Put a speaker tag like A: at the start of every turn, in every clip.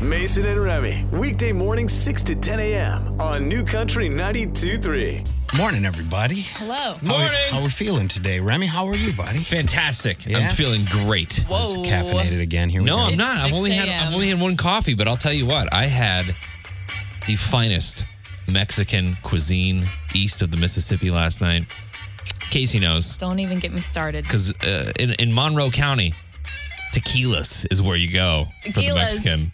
A: Mason and Remy, weekday morning 6 to 10 a.m. on New Country 92.3.
B: Morning, everybody.
C: Hello.
B: How we-
D: Morning.
B: How we, feeling today, Remy? How are you, buddy?
D: Fantastic.
B: Yeah?
D: I'm feeling great.
C: Whoa.
B: Just Caffeinated again. Here we
D: No,
B: go.
D: I'm
C: It's
D: not. I've
C: 6
D: only had
C: a.m..
D: I've only had one coffee, but I'll tell you what, I had the finest Mexican cuisine east of the Mississippi last night. Casey knows
C: Don't even get me started.
D: because uh, in, in Monroe County, tequilas is where you go for the
C: Tequilas.
D: Mexican.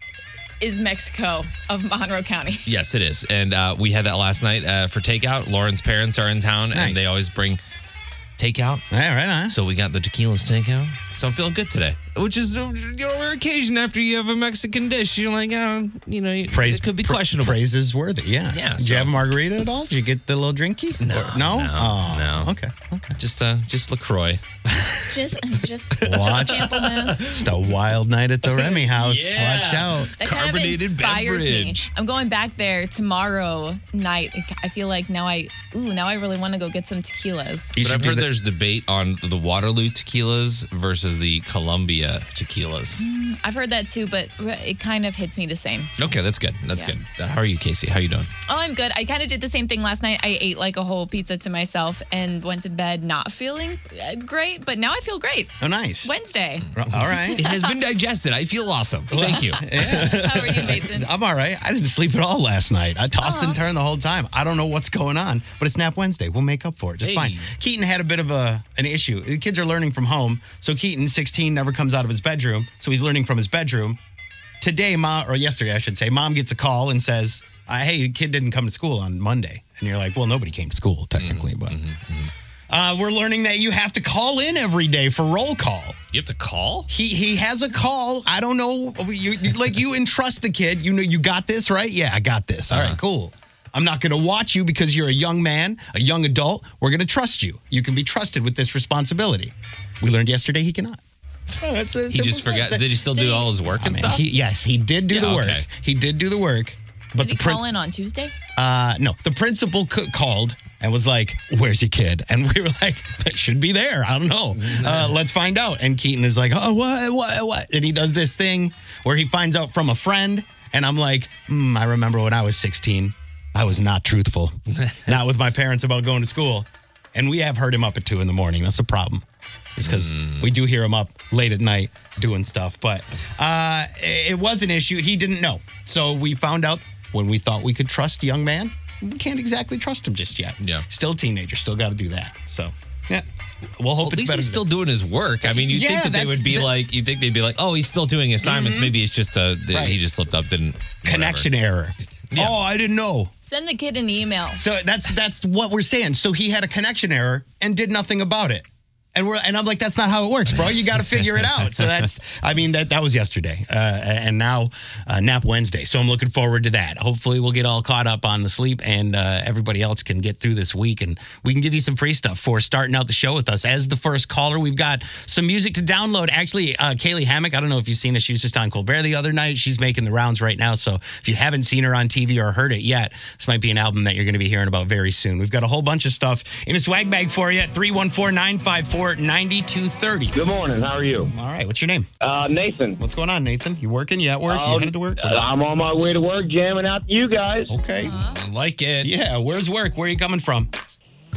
C: Is Mexico of Monroe County.
D: Yes, it is. And uh, we had that last night uh, for takeout. Lauren's parents are in town,
B: Nice.
D: and they always bring takeout.
B: All right, right on.
D: So we got the tequila's takeout. So I'm feeling good today, which is a rare occasion after you have a Mexican dish. You're like, oh, you know, it could be
B: pra-
D: questionable.
B: Praise is worthy. Yeah.
D: Yeah,
B: Did
D: so-
B: you have a margarita at all? Did you get the little drinky? No. no.
D: no,
B: Oh,
D: no.
B: Okay. okay.
D: Just, uh, just Lacroix.
C: Just, just
B: Watch.
C: Campbellmouse.
B: Just a wild night at the Remy house.
D: Yeah.
B: Watch out.
C: That kind of
D: Carbonated
C: inspires
D: beverage.
C: me. I'm going back there tomorrow night. I feel like now I, ooh, now I really want to go get some tequilas.
B: You
D: But
B: should
D: I've
B: do
D: heard
B: the-
D: there's debate on the Waterloo tequilas versus the Columbia tequilas.
C: I've heard that too, but it kind of hits me the same.
D: Okay, that's good. That's
C: Yeah.
D: good. Uh, How are you, Casey? How you doing?
C: Oh, I'm good. I kind of did the same thing last night. I ate like a whole pizza to myself and went to bed not feeling uh, great, but now I feel great.
B: Oh, nice.
C: Wednesday.
B: All right.
D: It has been digested. I feel awesome. Thank you.
C: How are you, Mason?
B: I'm all right. I didn't sleep at all last night. I tossed and turned the whole time. I don't know what's going on, but it's Nap Wednesday. We'll make up for it just
D: Hey.
B: fine. Keaton had a bit of a an issue. The kids are learning from home, so Keaton, 16, never comes out of his bedroom, so he's learning from his bedroom. Today, mom or yesterday, I should say, mom gets a call and says, uh, "Hey, the kid didn't come to school on Monday," and you're like, "Well, nobody came to school technically, but." Uh, we're learning that you have to call in every day for roll call
D: You have to call?
B: he he has a call. I don't know. You, you- like you entrust the kid. You know you got this, right? Yeah, I got this. All right, cool. I'm not going to watch you because you're a young man, a young adult. We're going to trust you. You can be trusted with this responsibility. We learned yesterday he cannot. Oh, that's a
D: He just forgot. Did he still do all his work
B: I
D: and
B: mean,
D: stuff?
B: he, yes, he did do the
D: Yeah,
B: work.
D: okay.
B: He did do the work. But
C: Did he
B: the prin-
C: call in on Tuesday?
B: uh, no, the principal c- called and was like, "Where's your kid?" And we were like, "That should be there. I don't know. Uh, let's find out." And Keaton is like, "Oh, what, what, what?" And he does this thing where he finds out from a friend, and I'm like, mm, "I remember when I was 16, I was not truthful, not with my parents about going to school." And we have heard him up at two in the morning. That's a problem. It's because
D: Mm.
B: we do hear him up late at night doing stuff, but uh, it it was an issue. He didn't know. So we found out when we thought we could trust a young man, we can't exactly trust him just yet.
D: Yeah.
B: Still a teenager, still got to do that. So, yeah. We'll hope
D: Well, at
B: it's
D: least
B: better.
D: he's
B: than-
D: still doing his work. I mean, you
B: Yeah,
D: think that they
B: that's
D: would be
B: the- Mm-hmm.
D: like, you think they'd be like, oh, he's still doing assignments. Maybe it's just a that
B: Right.
D: he just slipped up, didn't whatever.
B: connection error.
D: Yeah.
B: Oh, I didn't know.
C: Send the kid an email.
B: So that's that's what we're saying. So he had a connection error and did nothing about it. And we're and I'm like, that's not how it works, bro. You got to figure it out. So that's I mean that that was yesterday, uh, and now uh, nap Wednesday. So I'm looking forward to that. Hopefully we'll get all caught up on the sleep, and uh, everybody else can get through this week, and we can give you some free stuff for starting out the show with us. As the first caller, we've got some music to download. Actually, uh, Kaylee Hammock. I don't know if you've seen this. She was just on Colbert the other night. She's making the rounds right now. So if you haven't seen her on TV or heard it yet, this might be an album that you're going to be hearing about very soon. We've got a whole bunch of stuff in a swag bag for you at 314 954 9230.
E: Good morning. How are you?
B: All right. What's your name?
E: Uh, Nathan.
B: What's going on, Nathan? You working? You at work? you
E: Um,
B: headed to work?
E: I'm on my way to work, jamming out to you guys.
B: Okay.
D: I like it.
B: Yeah. Where's work? Where are you coming from?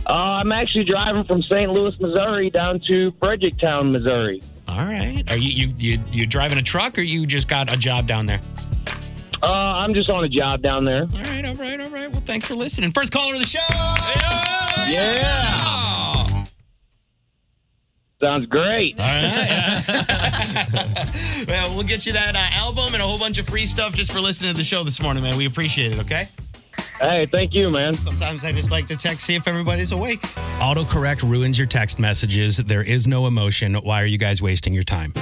E: Uh, I'm actually driving from St. Louis, Missouri, down to Fredericktown, Missouri.
B: All right. Are you you you you driving a truck or you just got a job down there?
E: Uh, I'm just on a job down there.
B: All right. All right. All right. Well, thanks for listening. First caller of the show.
E: Yeah. Sounds great.
B: Well, we'll get you that uh, album and a whole bunch of free stuff just for listening to the show this morning, man. We appreciate it, okay?
E: Hey, thank you, man.
B: Sometimes I just like to text, see if everybody's awake. Autocorrect ruins your text messages. There is no emotion. Why are you guys wasting your time?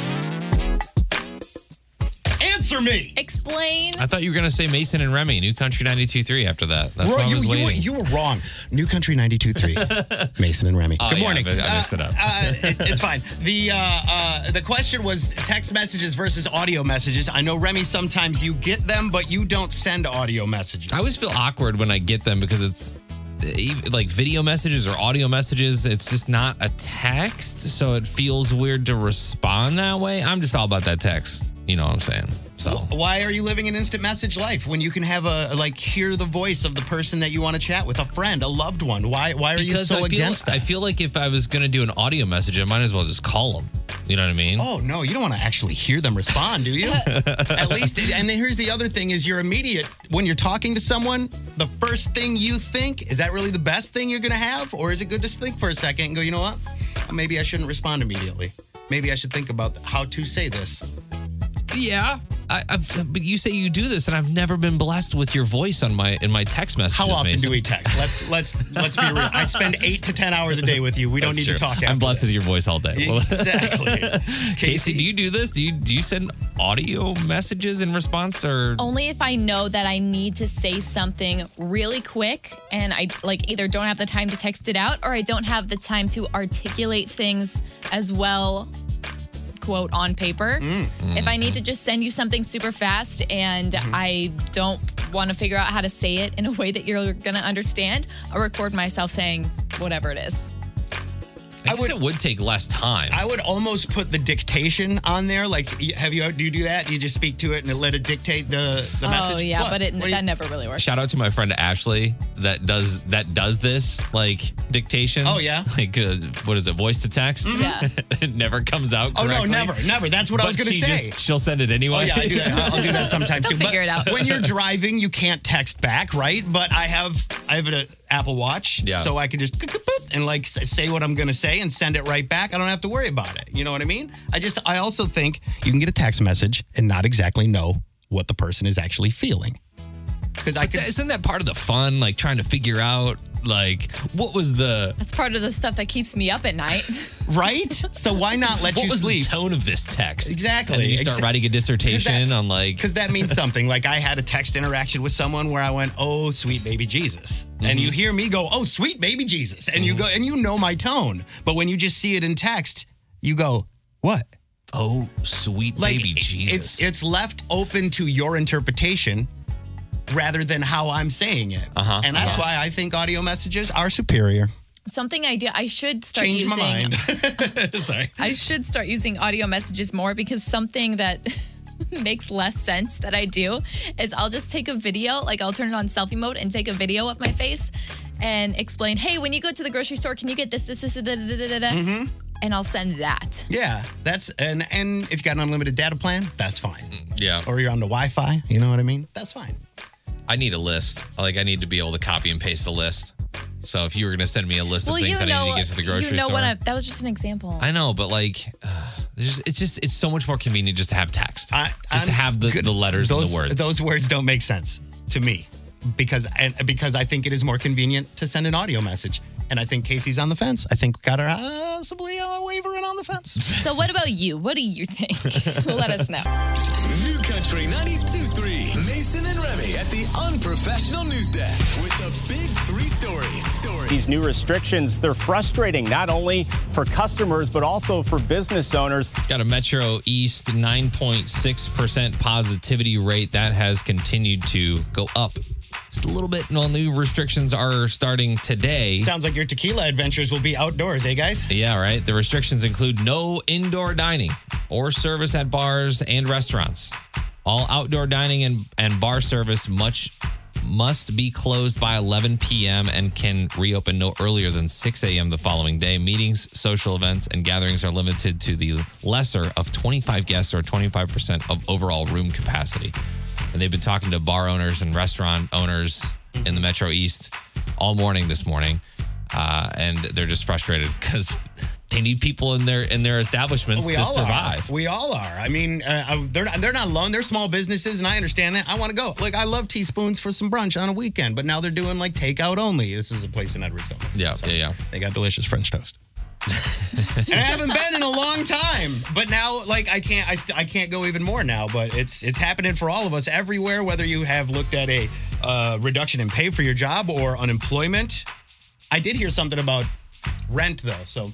B: Answer me!
C: Explain.
D: I thought you were going to say Mason and Remy, New Country 92.3 after that. That's
B: Bro,
D: what I
B: you,
D: was
B: you, were,
D: waiting.
B: you were wrong. New Country 92.3. Mason and Remy.
D: Oh,
B: Good
D: yeah,
B: morning.
D: but I mixed it up.
B: uh, it- it's fine. The uh, uh, the question was text messages versus audio messages. I know, Remy, sometimes you get them, but you don't send audio messages.
D: I always feel awkward when I get them because it's ev- like video messages or audio messages. It's just not a text, so it feels weird to respond that way. I'm just all about that text. You know what I'm saying? So
B: Why are you living an instant message life when you can have a like hear the voice of the person that you want to chat with, a friend, a loved one? Why why are you so
D: I feel,
B: against that?
D: I feel like if I was gonna do an audio message, I might as well just call them. You know what I mean?
B: Oh no, you don't want to actually hear them respond, do you? At least, and then here's the other thing: is your immediate when you're talking to someone, the first thing you think is that really the best thing you're gonna have, or is it good to think for a second and go, you know what, maybe I shouldn't respond immediately. Maybe I should think about how to say this.
D: Yeah. I, I've, but you say you do this, and I've never been blessed with your voice on my in my text messages.
B: How often
D: Mason.
B: do we text? Let's let's let's be real. I spend eight to ten hours a day with you. We don't
D: That's
B: need
D: true.
B: to talk.
D: I'm
B: after
D: blessed
B: this.
D: with your voice all day. Well,
B: Exactly.
D: Casey, do you do this? Do you do you send audio messages in response or?
B: Oh,
C: Only if I know that I need to say something really quick and I like either don't have the time to text it out or I don't have the time to articulate things as well quote on paper.
B: Mm.
C: If I need to just send you something super fast and
B: Mm-hmm.
C: I don't want to figure out how to say it in a way that you're going to understand, I'll record myself saying whatever it is.
D: I,
B: I
D: guess
B: would-
D: it would take less time.
B: I would almost put the dictation on there. Like, y- have you do you do that? You just speak to it and it let it dictate the the message.
C: Oh yeah,
B: What?
C: but it,
B: What do
C: that
B: you-
C: never really works.
D: Shout out to my friend Ashley that does that does this like dictation.
B: Oh, yeah?
D: like uh, what is it? Voice to text.
C: Yeah.
D: it never comes out.
B: Oh
D: correctly.
B: no, never, never. That's what I was
D: But
B: gonna
D: she
B: say.
D: just- she'll send it anyway.
B: Oh yeah, I do that. I'll- I'll do that sometimes
C: They'll
B: too.
C: figure it out.
B: when you're driving, you can't text back, right? But I have I have an Apple Watch,
D: Yeah.
B: so I can just boop and like s- say what I'm gonna say and send it right back. I don't have to worry about it. You know what I mean? I just I also think you can get a text message and not exactly know what the person is actually feeling. Because I could
D: Th- Isn't that part of the fun? Like trying to figure out like what was the
C: That's part of the stuff that keeps me up at night.
B: right? So why not let
D: what
B: you
D: was
B: sleep?
D: the tone of this text?
B: Exactly.
D: And then you start
B: Exa-
D: writing a dissertation on like
B: Because that means something. Like I had a text interaction with someone where I went, "Oh, sweet baby Jesus," and
D: Mm-hmm.
B: you hear me go, "Oh, sweet baby Jesus," and you go, and you know my tone. But when you just see it in text, you go, "What?"
D: oh sweet baby
B: it-
D: Jesus.
B: It's it's left open to your interpretation rather than how I'm saying it,
D: Uh-huh,
B: and that's why I think audio messages are superior.
C: Something I do I should start
B: Change my
C: using
B: mind. Sorry.
C: I should start using audio messages more because something that makes less sense that I do is I'll just take a video, like I'll turn it on selfie mode and take a video of my face and explain, hey, when you go to the grocery store, can you get this, this, this, da, da, da, da, da, da?"
D: Mm-hmm.
C: and I'll send that.
B: Yeah, that's and and if you got an unlimited data plan, that's fine.
D: yeah.
B: Or you're on the Wi-Fi, you know what I mean? That's fine.
D: I need a list. Like I need to be able to copy and paste a list. So if you were gonna send me a list of things I need to get to the grocery
C: you know
D: store.
C: what? I, that was just an example.
D: I know, but like, uh, there's- it's just it's so much more convenient just to have text,
B: I-
D: just to
B: I'm
D: have the,
B: good-
D: the letters
B: those,
D: and the words.
B: Those words don't make sense to me because and because I think it is more convenient to send an audio message. And I think Casey's on the fence. I think got her possibly uh, wavering on the fence.
C: so, what about you? What do you think? Let us know.
A: New Country 92.3. Mason and Remy at the Unprofessional News Desk with the big three stories. Stories.
F: These new restrictions, they're frustrating not only for customers, but also for business owners.
D: Got a Metro East 9.6% positivity rate that has continued to go up just a little bit. And all new restrictions are starting today.
B: Sounds like your tequila adventures will be outdoors, eh, guys?
D: Yeah, right. The restrictions include no indoor dining or service at bars and restaurants. All outdoor dining and, and bar service much must be closed by 11 p.m. and can reopen no earlier than 6 a.m. the following day. Meetings, social events, and gatherings are limited to the lesser of 25 guests or 25% of overall room capacity. And they've been talking to bar owners and restaurant owners in the Metro East all morning this morning, uh, and they're just frustrated because they need people in their in their establishments to survive.
B: Are. We all are. I mean, uh, I- they're not, they're not alone. They're small businesses, and I understand that. I want to go. Like, I love teaspoons for some brunch on a weekend, but now they're doing like takeout only. This is a place in Edwardsville.
D: Yeah, yeah, yeah.
B: They got delicious French toast. and I haven't been in a long time, but now like I can't I, st- I can't go even more now. But it's it's happening for all of us everywhere. Whether you have looked at a uh, reduction in pay for your job or unemployment, I did hear something about rent though. So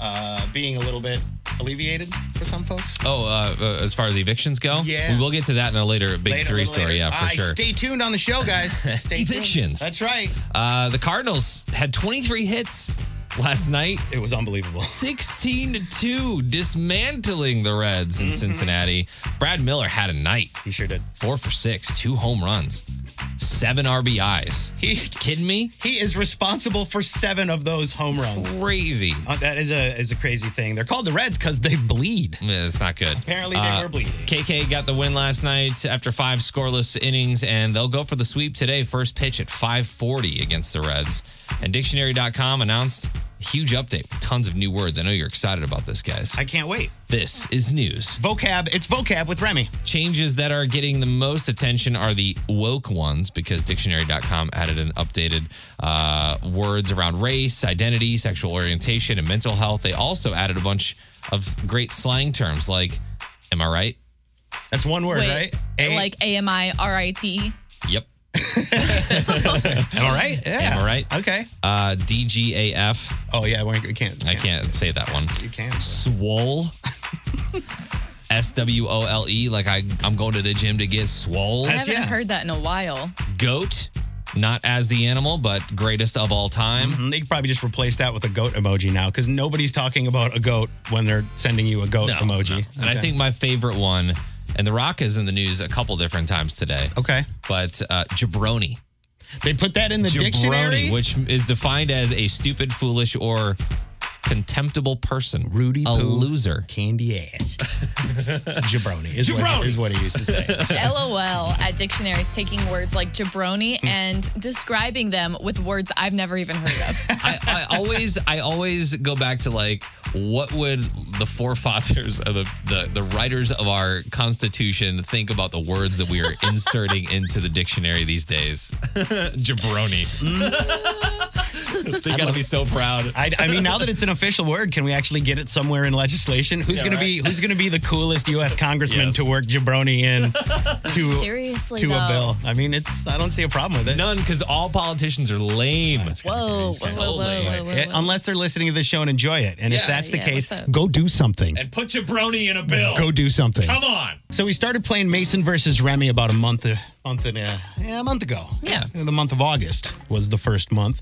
B: uh, being a little bit alleviated for some folks.
D: Oh, uh, uh, as far as evictions go,
B: Yeah.
D: we will get to that in a later Big
B: Later, a
D: Three
B: little
D: story.
B: later.
D: Yeah, for
B: All right,
D: sure.
B: Stay tuned on the show, guys. Stay tuned.
D: Evictions.
B: That's right.
D: uh, the Cardinals had 23 hits last night.
B: It was unbelievable.
D: 16 to 2 dismantling the Reds
B: Mm-hmm.
D: in Cincinnati. Brad Miller had a night.
B: He sure did.
D: 4 for 6, 2 home runs, 7 RBIs.
B: He
D: Kidding me?
B: He is responsible for seven of those home runs.
D: Crazy.
B: Uh, that is a is a crazy thing. They're called the Reds because they bleed.
D: Yeah, It's not good. Uh,
B: Apparently, they were bleeding.
D: KK got the win last night after five scoreless innings, and they'll go for the sweep today. First pitch at 5:40 against the Reds. And Dictionary.com announced a huge update, with tons of new words. I know you're excited about this, guys.
B: I can't wait.
D: this is news.
B: Vocab. It's vocab with Remy.
D: Changes that are getting the most attention are the woke ones because Dictionary.com added an updated uh, words around race, identity, sexual orientation, and mental health. They also added a bunch of great slang terms like "Am I right?"
B: That's one word,
C: Wait,
B: right? A-
C: like A M I R I T.
D: Yep.
C: E?
B: am I right? Yeah.
D: Am I right?
B: Okay.
D: Uh, DGAF.
B: Oh yeah, we can't.
D: I can't say that one.
B: You can.
D: Swole. S W O L E. Like I, I'm going to the gym to get swole.
C: I haven't
B: yeah.
C: heard that in a while.
D: Goat. Not as the animal, but greatest of all time.
B: They could probably just replace that with a goat emoji now, because nobody's talking about a goat when they're sending you a goat
D: No,
B: emoji.
D: no. And I
B: Okay.
D: think my favorite one, and The Rock is in the news a couple different times today.
B: okay,
D: But uh, jabroni.
B: they put that in the dictionary.
D: Jabroni, which is defined as a stupid, foolish, or contemptible person.
B: Rudy
D: A
B: Poo.
D: loser.
B: candy ass. Jabroni is, What, is what he used to say.
C: LOL at dictionaries taking words like
D: Hmm.
C: jabroni and describing them with words I've never even heard of.
D: I, I always I always go back to like what would the forefathers of the, the the writers of our constitution think about the words that we are inserting into the dictionary these days? Jabroni. they gotta be so proud.
B: I, I mean, now that it's an official word, can we actually get it somewhere in legislation? Who's gonna be Who's gonna be the coolest U.S. congressman
D: Yes.
B: to work jabroni in to
C: Seriously,
B: to
C: though.
B: a bill? I mean, it's I don't see a problem with it.
D: None, because all politicians are lame.
C: Whoa, whoa, whoa, whoa, whoa, whoa,
B: Yeah,
C: whoa.
B: unless they're listening to the show and enjoy it. And
D: Yeah.
B: if that's the
C: Yeah,
B: case,
C: what's up?
B: go do something.
D: And put jabroni in a bill.
B: Go do something.
D: Come on.
B: So we started playing Mason versus Remy about a month, a month and a, yeah, a month ago.
D: Yeah.
B: the month of August was the first month,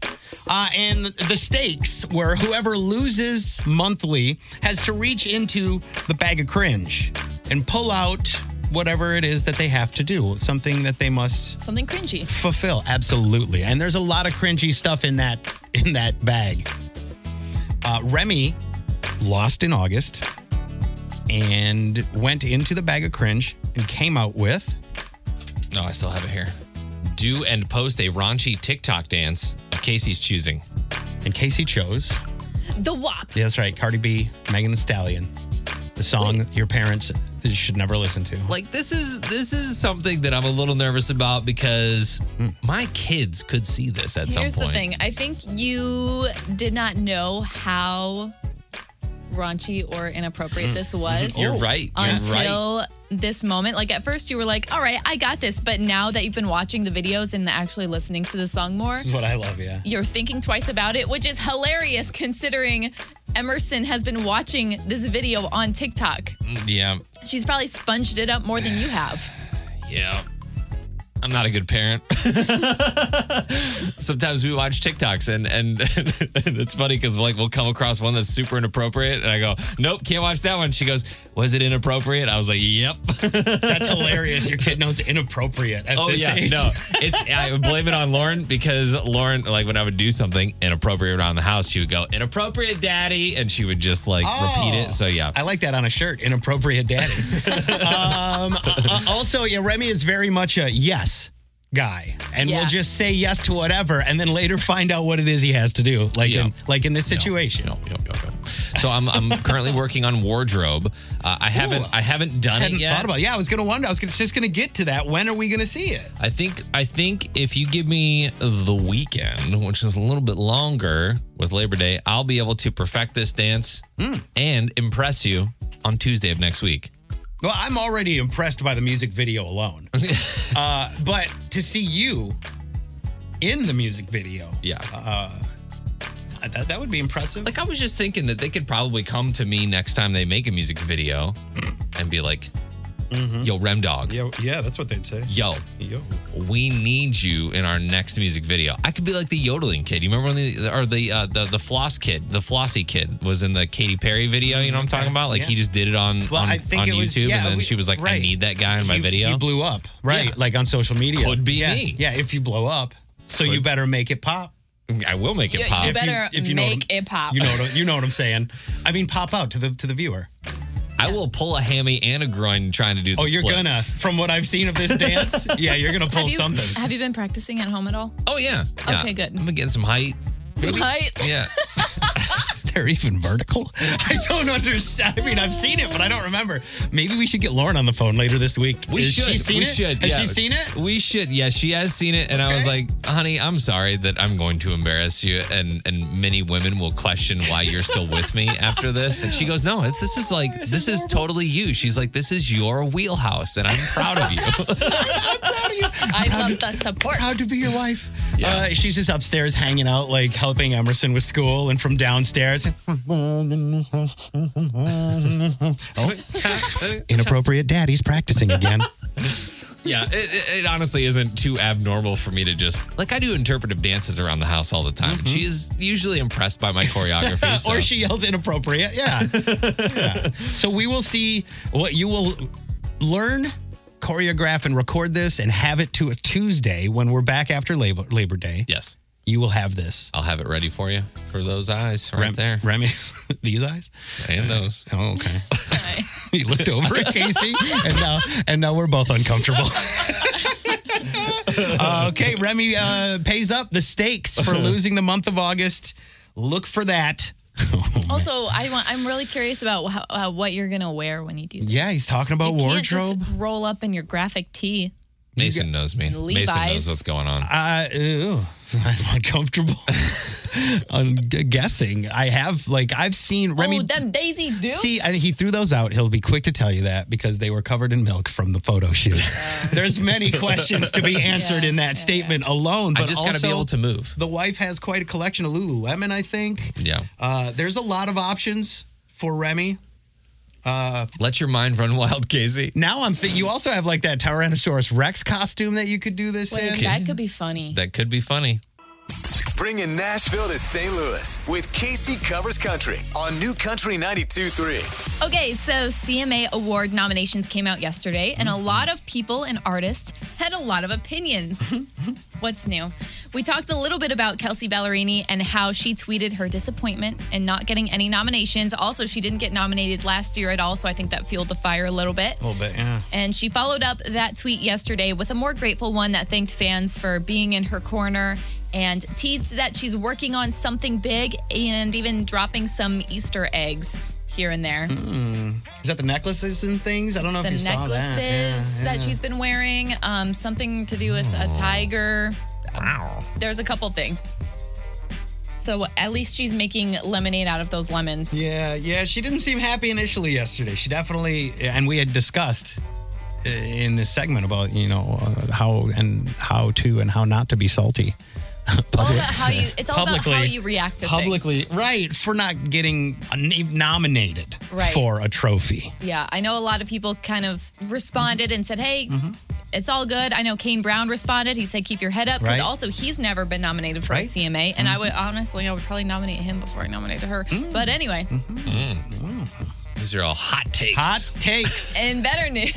B: uh, and the stakes were whoever loses monthly has to reach into the bag of cringe and pull out whatever it is that they have to do, something that they must
C: Something cringy.
B: fulfill absolutely and there's a lot of cringy stuff in that in that bag uh, remy lost in august and went into the bag of cringe and came out with
D: No, I still have it here. Do and post a raunchy TikTok dance of Casey's choosing.
B: and casey chose
C: The WAP.
B: yeah, that's right cardi b megan the stallion the song your parents should never listen to
D: like this is this is something that I'm a little nervous about because my kids could see this at
C: Here's
D: some
C: the
D: point.
C: thing. I think you did not know how raunchy or inappropriate this was.
D: Hmm. Mm-hmm. You're right. You're right.
C: until this moment. Like at first you were like, all right, I got this. But now that you've been watching the videos and actually listening to the song more,
D: Hmm.
B: this is what i love yeah
C: you're thinking twice about it, which is hilarious considering Emerson has been watching this video on TikTok.
D: Mm, Yeah,
C: She's probably sponged it up more than you have.
D: yeah. I'm not a good parent. Sometimes we watch TikToks and and, and it's funny because like we'll come across one that's super inappropriate and I go, nope, can't watch that one. She goes, was it inappropriate? I was like, yep.
B: that's hilarious your kid knows inappropriate at
D: Oh
B: this
D: yeah,
B: age
D: no. It's I would blame it on Lauren because Lauren, like when I would do something inappropriate around the house, she would go inappropriate, daddy, and she would just like repeat it. So yeah,
B: Oh. I like that on a shirt. Inappropriate daddy. um, uh, also, yeah, Remy is very much a yes guy, and
C: Yeah.
B: will just say yes to whatever, and then later find out what it is he has to do. Like
D: Yeah.
B: in like in this situation.
D: Yep, yep, yep, yep. So I'm I'm currently working on wardrobe. Uh, I haven't
B: Ooh.
D: I haven't done
B: I hadn't
D: it yet.
B: thought about. It. Yeah, I was gonna wonder. I was gonna, just gonna get to that. When are we gonna see it?
D: I think I think if you give me the weekend, which is a little bit longer with Labor Day, I'll be able to perfect this dance
B: Hmm.
D: and impress you on Tuesday of next week.
B: Well, I'm already impressed by the music video alone. uh, but to see you in the music video,
D: Yeah.
B: That, that would be impressive.
D: Like I was just thinking that they could probably come to me next time they make a music video and be like,
B: Mm-hmm.
D: "Yo, Rem Dog,
B: yeah, yeah, that's what they'd say.
D: yo,
B: Yo.
D: we need you in our next music video." I could be like the yodeling kid. You remember when the or the uh, the the floss kid, the flossy kid was in the Katy Perry video. You know what I'm talking about? Like
B: Yeah.
D: he just did it on
B: Well,
D: on,
B: I think
D: on
B: it was-
D: YouTube,
B: yeah,
D: and then
B: we-
D: she was like, "I
B: right.
D: need that guy in my
B: You-
D: video."
B: You blew up, right?
D: Yeah.
B: Like on social media.
D: Could be
B: yeah.
D: me.
B: Yeah, if you blow up. So you better make it pop.
D: I will make it
C: You- you
D: pop.
B: If
C: better
B: know
C: make
B: what I'm-
C: it pop.
B: You know, what, you know what I'm saying. I mean, pop out to the to the viewer.
D: I will pull a hammy and a groin trying to do. The
B: Oh, you're
D: splits.
B: gonna. From what I've seen of this dance, yeah, you're gonna pull
C: have you,
B: something.
C: Have you been practicing at home at all?
D: Oh yeah. yeah.
C: Okay, good.
D: I'm getting some height.
C: Some height.
D: Yeah.
B: They're even vertical. I don't understand. I mean, I've seen it, but I don't remember. Maybe we should get Lauren on the phone later this week.
D: We
B: Has
D: should.
B: She seen
D: we
B: it?
D: should.
B: Has
D: yeah.
B: she seen it?
D: We should. Yeah, she has seen it. And I was
B: Okay.
D: like, honey, I'm sorry that I'm going to embarrass you. And and many women will question why you're still with me after this. And she goes, no, it's this is like this is totally you. She's like, this is your wheelhouse, and I'm proud of you.
C: I love the support.
B: Proud to be your wife. Uh, she's just upstairs hanging out, like helping Emerson with school, and from downstairs, Oh. inappropriate daddy's practicing again.
D: yeah, it, it, it honestly isn't too abnormal for me to just like I do interpretive dances around the house all the time. and She is usually impressed by my choreography. so-
B: Mm-hmm. or she yells inappropriate. Yeah. Yeah. So we will see what you will learn, choreograph, and record this and have it to a Tuesday when we're back after Labor, Labor Day.
D: yes,
B: You will have this.
D: I'll have it ready for you for those eyes right
B: Rem-
D: there
B: Remy, these eyes?
D: and those.
B: Oh, okay.
C: Anyway.
B: He looked over at Casey, and now and now we're both uncomfortable. Uh, okay, Remy uh, pays up the stakes for losing the month of August. Look for that.
C: Also, I want, I'm really curious about how, uh, what you're gonna wear when you do this.
B: Yeah, he's talking about
C: you can't just
B: wardrobe.
C: roll up in your graphic tee.
D: Mason knows me. Mason knows
C: Levi's.
D: what's going on.
B: Uh, ew, I'm uncomfortable. I'm g- guessing. I have like I've seen Remy.
C: oh, them Daisy Dukes.
B: See, and he threw those out. He'll be quick to tell you that because they were covered in milk from the photo shoot. There's many questions to be answered
C: Yeah,
B: in that
C: yeah,
B: statement alone. But
D: I just
B: also,
D: gotta be able to move.
B: The wife has quite a collection of Lululemon, I think.
D: Yeah.
B: Uh, there's a lot of options for Remy.
D: Let your mind run wild, Casey.
B: Now I'm. Th- you also have like that Tyrannosaurus Rex costume that you could do this
C: Wait,
B: in.
C: that could be funny.
D: That could be funny.
A: Bringing Nashville to St. Louis with Casey Covers Country on New Country 92.3.
C: Okay, so CMA award nominations came out yesterday, and a lot of people and artists had a lot of opinions. What's new? We talked a little bit about Kelsey Ballerini and how she tweeted her disappointment in not getting any nominations. Also, she didn't get nominated last year at all, so I think that fueled the fire a little bit.
B: A little bit, yeah.
C: And she followed up that tweet yesterday with a more grateful one that thanked fans for being in her corner and teased that she's working on something big and even dropping some Easter eggs here and there.
B: Is that the necklaces and things? I don't know
C: The
B: if you saw
C: necklaces
B: that.
C: that, she's been wearing, um, something to do with
B: Oh.
C: a tiger. Um,
D: Wow.
C: There's a couple things. So at least she's making lemonade out of those lemons.
B: Yeah, yeah. She didn't seem happy initially yesterday. She definitely, and we had discussed uh, in this segment about you know uh, how and how to and how not to be salty.
C: All about how you, it's all about how you react to
B: publicly,
C: things.
B: right? For not getting a na- nominated
C: Right.
B: for a trophy.
C: Yeah, I know a lot of people kind of responded and said, "Hey,
B: Mm-hmm.
C: it's all good." I know Kane Brown responded. He said, "Keep your head up," because
B: Right.
C: also he's never been nominated for
B: Right. Mm-hmm.
C: a CMA, and I would honestly, I would probably nominate him before I nominated her.
B: Mm.
C: But anyway,
B: Mm-hmm.
D: These are all hot takes.
B: Hot takes.
C: in better news,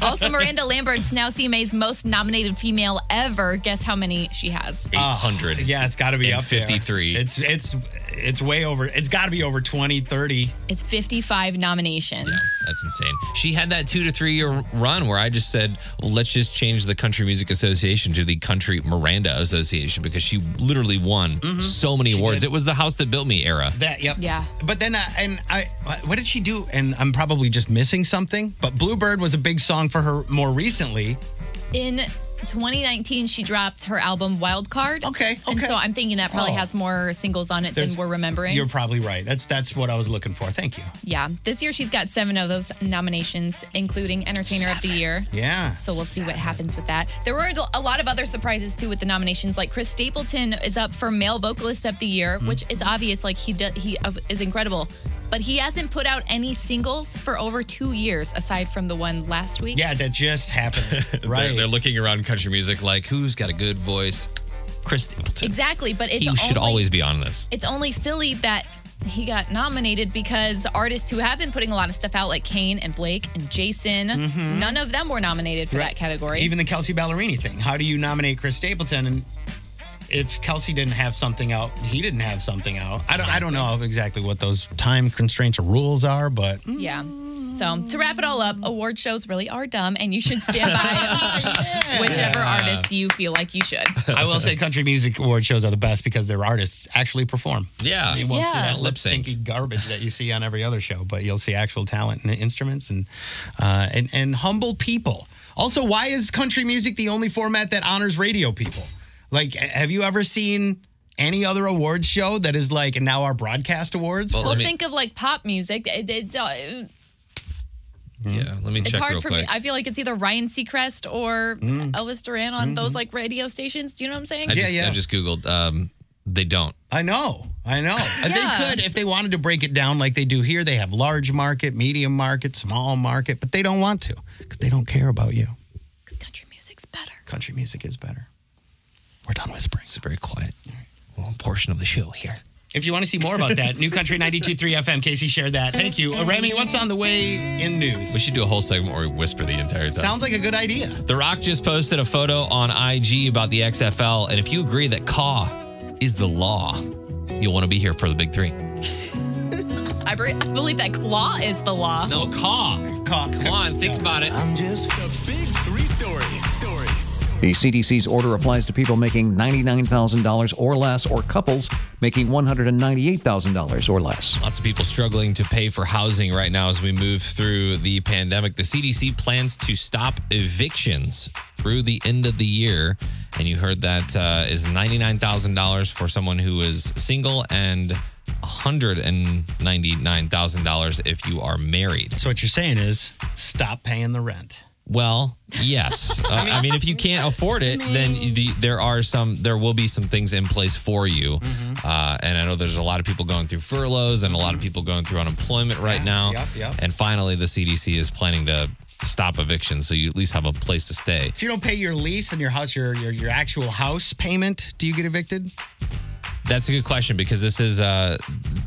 C: also Miranda Lambert's now CMA's most nominated female ever. Guess how many she has?
D: 800.
B: yeah, it's got to be
D: And
B: up there.
D: 53.
B: It's it's it's way over. It's got to be over 20, 30.
C: It's 55 nominations.
D: Yeah, that's insane. She had that two to three year run where I just said, well, let's just change the Country Music Association to the Country Miranda Association because she literally won so many awards.
B: did.
D: It was the House That Built Me era.
B: That yep.
C: Yeah.
B: But then I, and I what did she do? And I'm probably just missing something. But Bluebird was a big song for her more recently.
C: In 2019, she dropped her album Wild Card.
B: Okay,
C: And
B: okay.
C: so I'm thinking that probably
B: Oh.
C: has more singles on it
B: There's-
C: than we're remembering.
B: You're probably right. That's that's what I was looking for. Thank you.
C: yeah. This year, she's got seven of those nominations, including Entertainer of the Year.
B: Yeah.
C: So we'll see what happens with that. There were a lot of other surprises too with the nominations. Like Chris Stapleton is up for Male Vocalist of the Year,
D: Hmm.
C: which is obvious. Like he do, he of- is incredible, but he hasn't put out any singles for over two years aside from the one last week.
B: Yeah, that just happened.
D: They're-
B: Right.
D: They're, looking around country music like, who's got a good voice? Chris Stapleton.
C: exactly. But it's
D: He should
C: only-
D: always be on this.
C: It's only silly that he got nominated because artists who have been putting a lot of stuff out, like Kane and Blake and Jason,
D: Mm-hmm.
C: none of them were nominated for that category.
B: Even the Kelsey Ballerini thing. How do you nominate Chris Stapleton and if Kelsey didn't have something out, he didn't have something out. I don't I don't know exactly what those time constraints or rules are, but
C: Yeah. So to wrap it all up, award shows really are dumb, and you should stand by whichever artist you feel like you should.
B: I will say country music award shows are the best because their artists actually perform.
D: Yeah.
B: You won't see
C: Yeah.
B: that lip syncy garbage that you see on every other show, but you'll see actual talent and instruments and uh, and, and humble people. Also, why is country music the only format that honors radio people? Like, h- have you ever seen any other awards show that is like now our broadcast awards?
D: Well,
C: Well,
D: let me,
C: think of like pop music. It- it's, uh,
D: yeah, let me
C: Mm-hmm. it's
D: check
C: hard
D: real
C: for me.
D: quick. Mm.
C: I feel like it's either Ryan Seacrest or Elvis Duran on those like radio stations. Do you know what I'm saying?
D: Mm-hmm. I just,
B: yeah.
D: I just Googled, um, they don't.
B: I know. I know.
C: Yeah.
B: They could, if they wanted to break it down like they do here, they have large market, medium market, small market, but they don't want to because they don't care about you.
C: 'Cause country music's better.
B: Country music is better. We're done whispering.
D: It's a very quiet little portion of the show here.
B: If you want to see more about that, New Country 92.3 FM, Casey shared that. Thank you. Uh, Remy, what's on the way in news?
D: We should do a whole segment where we whisper the entire time.
B: Sounds like a good idea.
D: The Rock just posted a photo on IG about the XFL, and if you agree that caw is the law, you'll want to be here for the big three.
C: I, bre- I believe that law is the law.
D: No, caw.
B: Caw.
D: Come on, think about it.
A: The big three stories. Stories.
G: The CDC's order applies to people making $99,000 or less or couples making $198,000 or less.
D: Lots of people struggling to pay for housing right now as we move through the pandemic. The CDC plans to stop evictions through the end of the year. And you heard that uh, is $99,000 for someone who is single and $199,000 if you are married.
B: So, what you're saying is stop paying the rent.
D: Well, yes. Uh, I mean, if you can't afford it, then the, there are some, there will be some things in place for you.
B: Mm-hmm.
D: Uh, and I know there's a lot of people going through furloughs and a lot of people going through unemployment right now.
B: yep, yep.
D: And finally, the CDC is planning to stop evictions, so you at least have a place to stay.
B: If you don't pay your lease and your house, your, your, your actual house payment, do you get evicted?
D: That's a good question because this is, uh,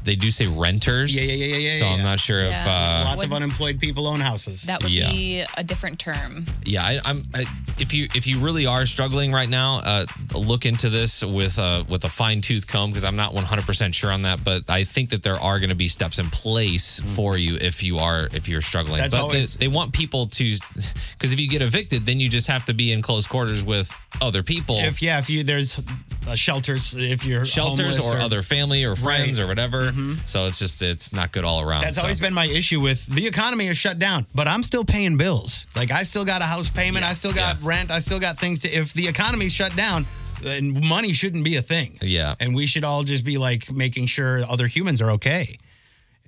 D: they do say renters.
B: Yeah, yeah, yeah, yeah, yeah,
D: So I'm
B: yeah.
D: not sure if,
C: Yeah.
D: uh,
B: Lots of unemployed people own houses.
C: That would
D: Yeah.
C: be a different term.
D: yeah I, i'm I, if you if you really are struggling right now uh look into this with uh with a fine tooth comb because i'm not 100% sure on that but i think that there are going to be steps in place for you if you are if you're struggling
B: Mm. That's
D: but
B: always-
D: they, they want people to because if you get evicted then you just have to be in close quarters with other people
B: if, yeah, if you, there's uh, shelters, if you're
D: shelters
B: homeless Mm-hmm.
D: or, other family or friends or whatever so it's just it's not good all around
B: That's
D: so.
B: always been my issue with the economy is shut down, but I'm still paying bills. Like I still got a house payment, I still got
D: yeah.
B: rent, I still got things to. If the economy's shut down, then money shouldn't be a thing.
D: Yeah.
B: and we should all just be like making sure other humans are okay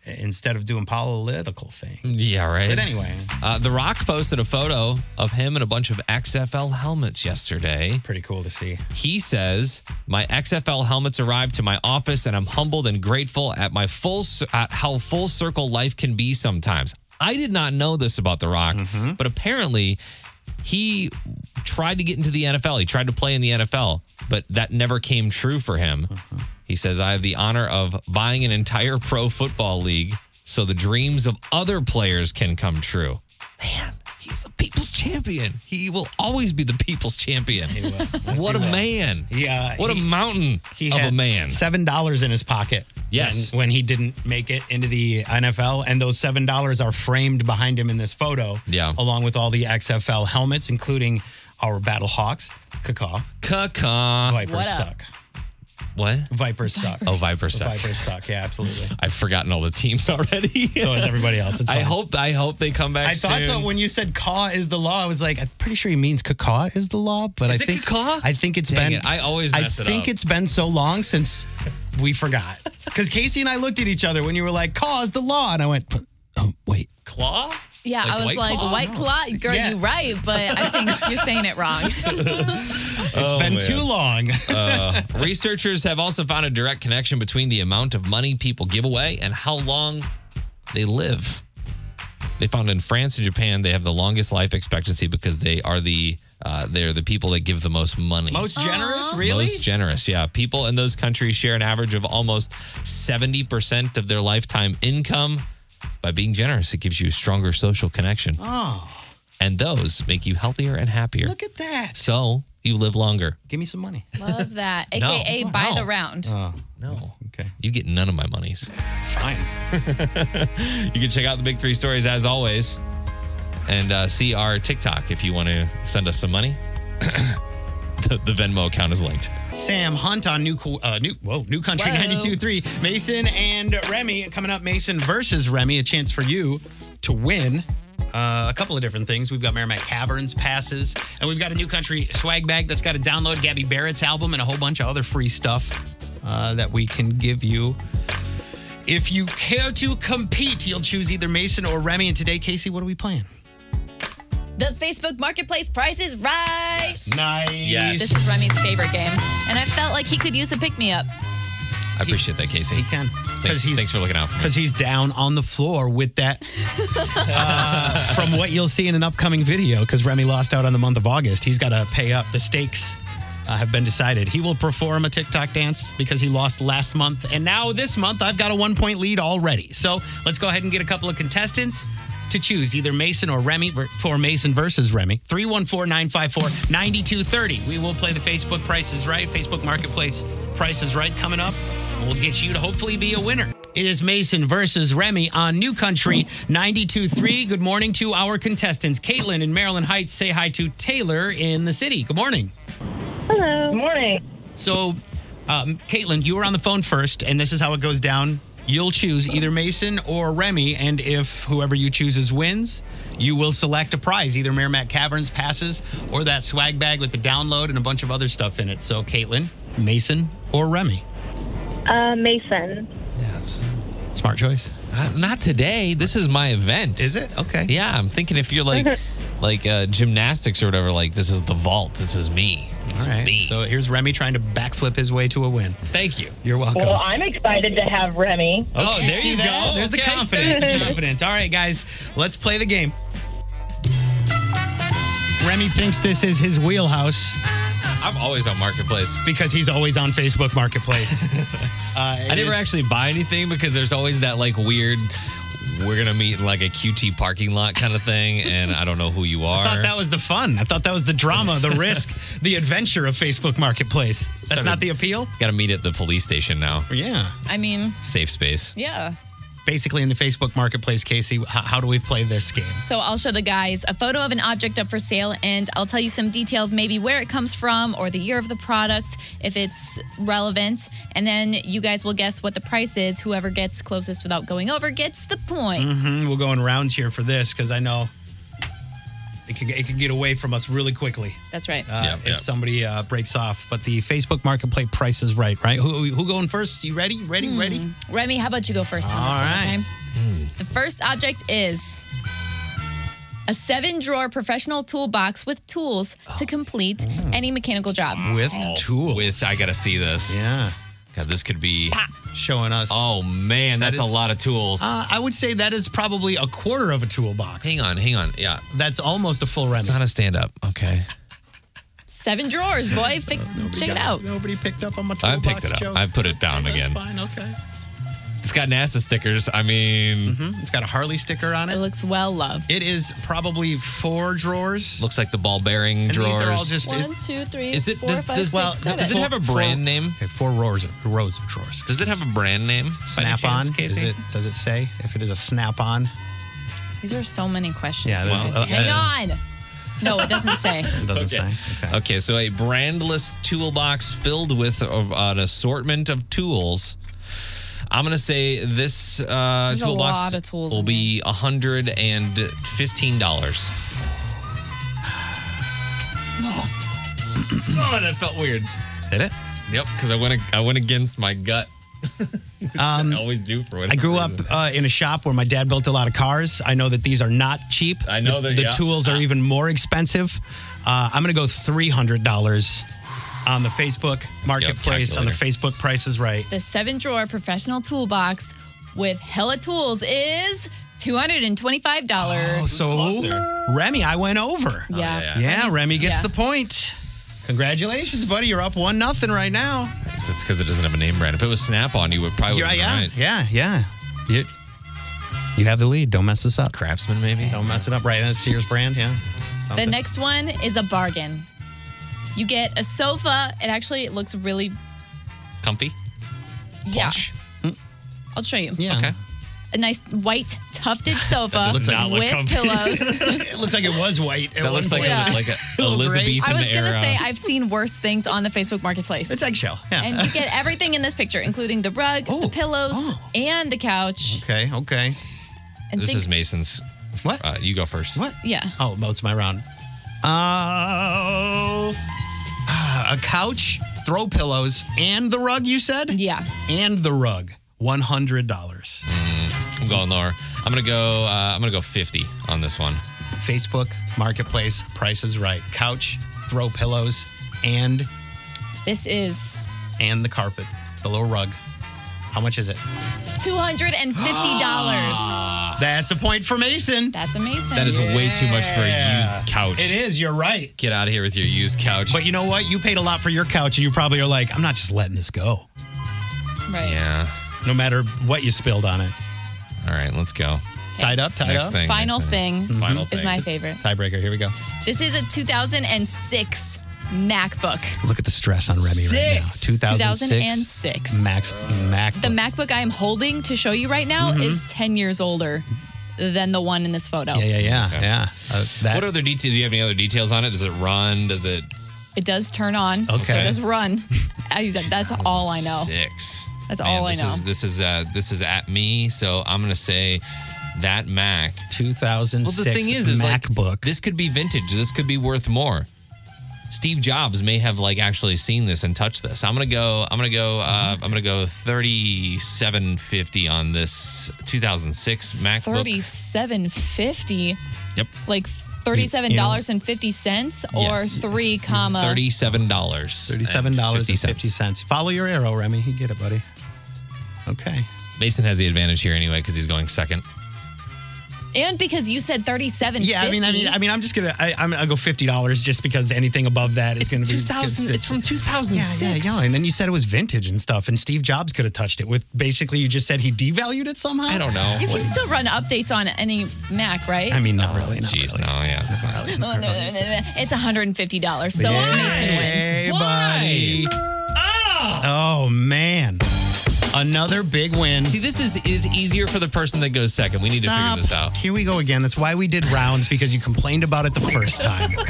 B: instead of doing political things.
D: yeah right
B: But anyway,
D: uh, the rock posted a photo of him and a bunch of xfl helmets yesterday
B: pretty cool to see.
D: He says, "My XFL helmets arrived to my office, and I'm humbled and grateful at my full at how full circle life can be sometimes." I did not know this about The Rock, but apparently, he tried to get into the NFL. He tried to play in the NFL, but that never came true for him. He says, "I have the honor of buying an entire pro football league, so the dreams of other players can come true." Man, he's the people's champion. He will always be the people's champion what a man.
B: Yeah,
D: What
B: he-
D: a mountain
B: He
D: of
B: had
D: a man.
B: seven dollars in his pocket.
D: Yes.
B: when, when he didn't make it into the NFL, and those seven dollars are framed behind him in this photo.
D: Yeah.
B: along with all the XFL helmets, including our Battle Hawks, Cacaw,
D: Caca.
B: Vipers
C: What up?
B: suck.
D: What?
B: Vipers suck.
D: Oh, Vipers suck.
B: Vipers suck. Yeah, absolutely.
D: I've forgotten all the teams already.
B: So is everybody else. It's
D: I
B: fine.
D: hope I hope they come back.
B: I thought so
D: soon.
B: when you said "caw" is the law. I was like, I'm pretty sure he means "caw" is the law, but
D: Is
B: I
D: it
B: think
D: caw?
B: I think it's
D: Dang
B: been.
D: it, I always
B: I
D: mess it
B: think
D: up.
B: it's been so long since we forgot. Because Casey and I looked at each other when you were like "caw" is the law, and I went, "Oh wait,
D: Claw?
C: Yeah, I was
D: White
C: like,
D: Claw? Oh,
C: White Claw? Girl,
B: Yeah.
C: you're right, but I think you're saying it wrong.
B: it's
D: Oh,
B: been too long."
D: Uh, Researchers have also found a direct connection between the amount of money people give away and how long they live. They found in France and Japan they have the longest life expectancy because they are the uh, they're the people that give the most money.
B: Most generous, really?
D: Most generous, yeah. People in those countries share an average of almost 70% of their lifetime income. By being generous, it gives you a stronger social connection. Oh. And those make you healthier and happier.
B: Look at that.
D: so you live longer.
B: Give me some money.
C: Love that.
D: No. Oh,
C: AKA by
D: Wow.
C: the round.
D: No.
B: Okay.
D: You get none of my monies.
B: Fine.
D: You can check out the big three stories as always and uh, see our TikTok if you want to send us some money. the, the Venmo account is linked.
B: Sam Hunt on New Co- uh, New Whoa New Country
C: Whoa.
B: 92.3. Mason and Remy coming up. Mason versus Remy, a chance for you to win. Uh, a couple of different things. We've got Merrimack Caverns passes, and we've got a new country swag bag that's got to download Gabby Barrett's album and a whole bunch of other free stuff uh, that we can give you. If you care to compete, you'll choose either Mason or Remy. And today, Casey, what are we playing?
C: The Facebook Marketplace price is right.
B: Nice.
D: Yes.
C: This is Remy's favorite game. And I felt like he could use a pick me up.
D: I appreciate that, Casey.
B: He can. 'Cause
D: Thanks,
B: he's-
D: thanks for looking out for me.
B: because he's down on the floor with that. uh, from what you'll see in an upcoming video, because Remy lost out on the month of August, he's got to pay up. The stakes uh, have been decided. He will perform a TikTok dance because he lost last month, and now this month I've got a one point lead already. So let's go ahead and get a couple of contestants. To choose either Mason or Remy for Mason versus Remy. 314 954 9230. We will play the Facebook Price is Right, Facebook Marketplace Price is Right coming up. and We'll get you to hopefully be a winner. It is Mason versus Remy on New Country 92.3. Good morning to our contestants. Caitlin in Maryland Heights, say hi to Taylor in the city. Good morning.
H: Hello. Good morning.
B: So, um, Caitlin, you were on the phone first, and this is how it goes down. You'll choose either Mason or Remy, and if whoever you chooses wins, you will select a prize either Merrimack Caverns passes or that swag bag with the download and a bunch of other stuff in it. So, Caitlin, Mason or Remy?
H: Uh, Mason.
D: Yes.
B: Smart choice.
D: Uh, not today. This is my event.
B: Is it? Okay.
D: Yeah, I'm thinking if you're like like uh, gymnastics or whatever, like this is the vault. This is me. This
B: All right.
D: is me.
B: So here's Remy trying to backflip his way to a win.
D: Thank you.
B: You're welcome.
H: Well, I'm excited to have Remy.
D: Oh, there
B: See
D: you
B: that?
D: go.
B: There's the
D: Okay.
B: confidence. the confidence. All right, guys, let's play the game. Remy thinks this is his wheelhouse
D: I'm always on marketplace.
B: because he's always on Facebook Marketplace.
D: I never actually buy anything because there's always that like weird. We're gonna meet in like a QT parking lot kind of thing, and I don't know who you are.
B: I thought that was the fun. I thought that was the drama, the risk, the adventure of Facebook Marketplace. That's
D: Started-
B: not the appeal?
D: Got to meet at the police station now.
B: Yeah.
C: I mean,
D: Safe space.
C: yeah.
B: Basically, in the Facebook Marketplace, Casey, h- how do we play this game?
C: So I'll show the guys a photo of an object up for sale and I'll tell you some details, maybe where it comes from or the year of the product, if it's relevant. And then you guys will guess what the price is. Whoever gets closest without going over gets the point.
B: Mm, We'll go in rounds here for this because I know it could, it could get away from us really quickly.
C: That's right.
B: uh,
D: Yeah,
B: if
D: yeah.
B: somebody uh, breaks off. But the Facebook Marketplace price is right, right? Who, who going first? You ready? Ready? Ready?
C: Remy, how about you go first on this
B: All
C: one,
B: right.
C: okay? The first object is a seven drawer professional toolbox with tools to complete any mechanical job.
B: With tools.
D: Oh, With I gotta see this.
B: yeah.
D: God, this could be.
B: Showing us.
D: Oh man, that's
B: is-
D: a lot of tools.
B: Uh, I would say that is probably a quarter of a toolbox.
D: hang on, hang on. Yeah,
B: That's almost a full remy.
D: it's not a stand up. Okay.
C: Seven drawers, boy. Fix, check it out.
B: Nobody picked up on my
D: I
B: toolbox
D: picked it up.
B: joke.
D: I put it down
B: That's
D: again.
B: fine. Okay.
D: It's got NASA stickers. I mean,
B: It's got a Harley sticker on
C: It
B: it.
C: looks well loved.
B: It is probably four drawers.
D: looks like the ball bearing
B: And these
D: drawers.
B: are all just-
C: One, two, three,
D: Is it-
C: four,
D: does-
C: five,
D: does-
C: six,
D: well,
C: seven.
D: does it have a
B: Four-
D: brand name?
B: Okay, four rows of, rows of drawers.
D: Does it have a brand name? by any
B: snap on?
D: chance,
B: Is
D: Casey?
B: it? Does it say if it is a snap on?
C: These are so many questions.
B: Yeah,
C: you
B: there's-
C: guys.
B: uh,
C: Hang on. No, it doesn't say.
B: It doesn't say. Okay.
D: Okay, so a brandless toolbox filled with of uh, an assortment of tools. I'm gonna say this uh,
C: There's a
D: toolbox
C: lot of tools
D: will
C: in
D: be hundred and fifteen dollars. oh, that felt weird.
B: Did it?
D: Yep, because I went I went against my gut.
B: Um,
D: I always do for whatever
B: I grew up
D: reason.
B: uh, in a shop where my dad built a lot of cars. I know that these are not cheap.
D: I know
B: the,
D: that-
B: the
D: yeah. Ah.
B: tools are even more expensive. Uh, I'm going to go three hundred dollars on the Facebook marketplace on the Facebook Price is Right.
C: The seven drawer professional toolbox with hella tools is $225.
B: Oh, So
D: Closer.
B: Remy, I went over.
C: yeah.
D: yeah,
B: Yeah,
C: Remy's-
B: Remy gets
C: yeah.
B: the point. Congratulations, buddy. You're up one nothing right now.
D: It's because it doesn't have a name brand. If it was Snap on, you would probably
B: You're-
D: have
B: yeah,
D: right.
B: yeah, yeah. You, you have the lead. Don't mess this up.
D: Craftsman maybe.
B: Don't mess it up. Right, that's Sears brand. Yeah.
C: The next one is a bargain. You get a sofa. It actually it looks really
D: Comfy.
C: yeah. Hmm.
D: Plush?
C: I'll show you.
B: Yeah.
D: Okay.
C: A nice white tufted sofa
D: does not look
C: with
D: comfy.
C: pillows.
B: It looks like it was white. at
D: That
B: one
D: looks like
B: point.
C: Yeah.
D: a, like a
B: Little gray.
D: Elizabethan
C: I was
D: era.
C: gonna say I've seen worse things on the Facebook Marketplace.
B: it's eggshell. Yeah.
C: and you get everything in this picture, including the rug,
B: Oh.
C: the pillows,
B: Oh.
C: and the couch.
B: Okay, okay.
C: And
D: this
C: think-
D: is Mason's.
B: What?
D: Uh, you go first.
B: what?
C: yeah.
B: Oh, well, it's my round. Oh, Ah, a couch, throw pillows, and the rug, you said?
C: Yeah.
B: And the rug. $100.
D: I'm going lower. I'm gonna go. Uh, I'm gonna go 50 on this one.
B: Facebook, Marketplace, Price is Right. Couch, throw pillows, and
C: This is
B: and the carpet, the little rug. How much is it?
C: two hundred and fifty dollars.
B: That's a point for Mason.
C: That's amazing.
D: That is way too much for a used couch.
B: It is, you're right.
D: Get out of here with your used couch.
B: But you know what? You paid a lot for your couch, and you probably are like, I'm not just letting this go,
C: right.
D: yeah.
B: no matter what you spilled on it.
D: All right. Let's go.
B: Tied up, tied
D: Next
B: up.
D: thing.
C: Final
D: next
C: thing
D: Final
C: is
D: thing.
C: my favorite.
B: Tiebreaker, here we go.
C: This is a 2006 MacBook.
B: Look at the stress on Remy right now. 2006.
C: 2006.
B: Max, Mac.
C: the MacBook I'm holding to show you right now is 10 years older than the one in this photo.
B: Mm-hmm. yeah, yeah, yeah, yeah. Uh, that,
D: What other details? Do you have any other details on it? Does it run? Does it?
C: It does turn on. so
B: Okay.
C: it does run. I, that's all I know.
D: Six.
C: That's
D: Man,
C: all I
D: this
C: know.
D: Is, this is uh, this is at me. So I'm gonna say that Mac.
B: 2006
D: like,
B: MacBook.
D: this could be vintage. This could be worth more. Steve Jobs may have like actually seen this and touched this. I'm gonna go. I'm gonna go. Uh,
B: Mm-hmm.
D: I'm gonna go 3750 on this 2006 MacBook.
C: 3750
D: Yep.
C: like $37.50 or
D: Yes.
C: 3 comma
D: Thirty-seven dollars.
B: Thirty-seven dollars and fifty cents. Follow your arrow, Remy. You get it, buddy. Okay.
D: Mason has the advantage here anyway because he's going second.
C: and because you said 37
B: Yeah, I mean, I mean, I mean, I'm just gonna, I, I'm, I'll go fifty dollars just because anything above that is gonna be.
D: It's from
B: Yeah,
D: 2006.
B: yeah, yeah. And then you said it was vintage and stuff, and Steve Jobs could have touched it with basically you just said he devalued it somehow.
D: I don't know.
C: you can still run updates on any Mac, right?
B: I mean, not
I: Oh,
B: really. Not
D: Jeez,
B: really.
D: no, yeah, it's not.
C: Oh, no, no, no, no. It's $150. So
B: Yay,
C: Mason wins.
B: buddy. Oh, man. Another big win.
D: See, this is it's easier for the person that goes second. We need to figure this out.
B: Here we go again. That's why we did rounds because you complained about it the first time.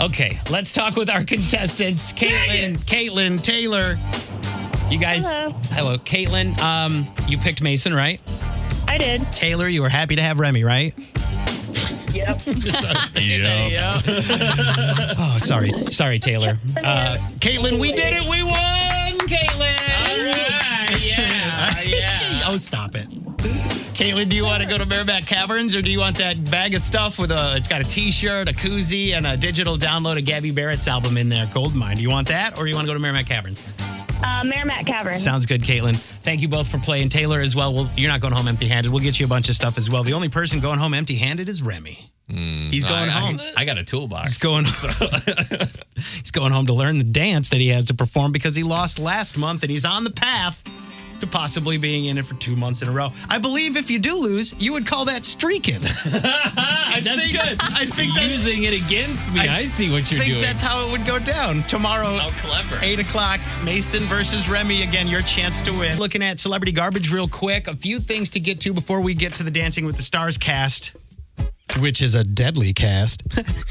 I: Okay, let's talk with our contestants, Caitlin.
B: Caitlin, Taylor.
I: You guys,
H: Hello.
I: hello, Caitlin. Um, you picked Mason, right?
H: I did.
B: Taylor, you were happy to have Remy, right?
H: Yep.
C: Yeah.
I: Oh, sorry, sorry, Taylor. Uh, Caitlin, we did it. We won, Caitlin.
D: yeah, yeah.
B: oh, stop it. Caitlin, do you want to go to Bareback Caverns or do you want that bag of stuff with a, it's got a t-shirt, a koozie, and a digital download of Gabby Barrett's album in there, Goldmine. Do you want that or you want to go to Merrimack Caverns?
H: Uh, Merrimack Cavern.
B: Sounds good, Caitlin. Thank you both for playing. Taylor as well. well you're not going home empty-handed. We'll get you a bunch of stuff as well. The only person going home empty-handed is Remy. He's going
D: Hmm. I,
B: home.
D: I, I got a toolbox.
B: He's going. he's going home to learn the dance that he has to perform because he lost last month, and he's on the path to possibly being in it for two months in a row. I believe if you do lose, you would call that streaking.
D: That's good.
B: Ah, I think that's,
D: Using it against me. I, see what you're
B: I think
D: doing.
B: that's how it would go down tomorrow.
D: how clever.
B: Eight o'clock, Mason versus Remy again, your chance to win. Looking at celebrity garbage real quick. A few things to get to before we get to the Dancing with the Stars cast. which is a deadly cast.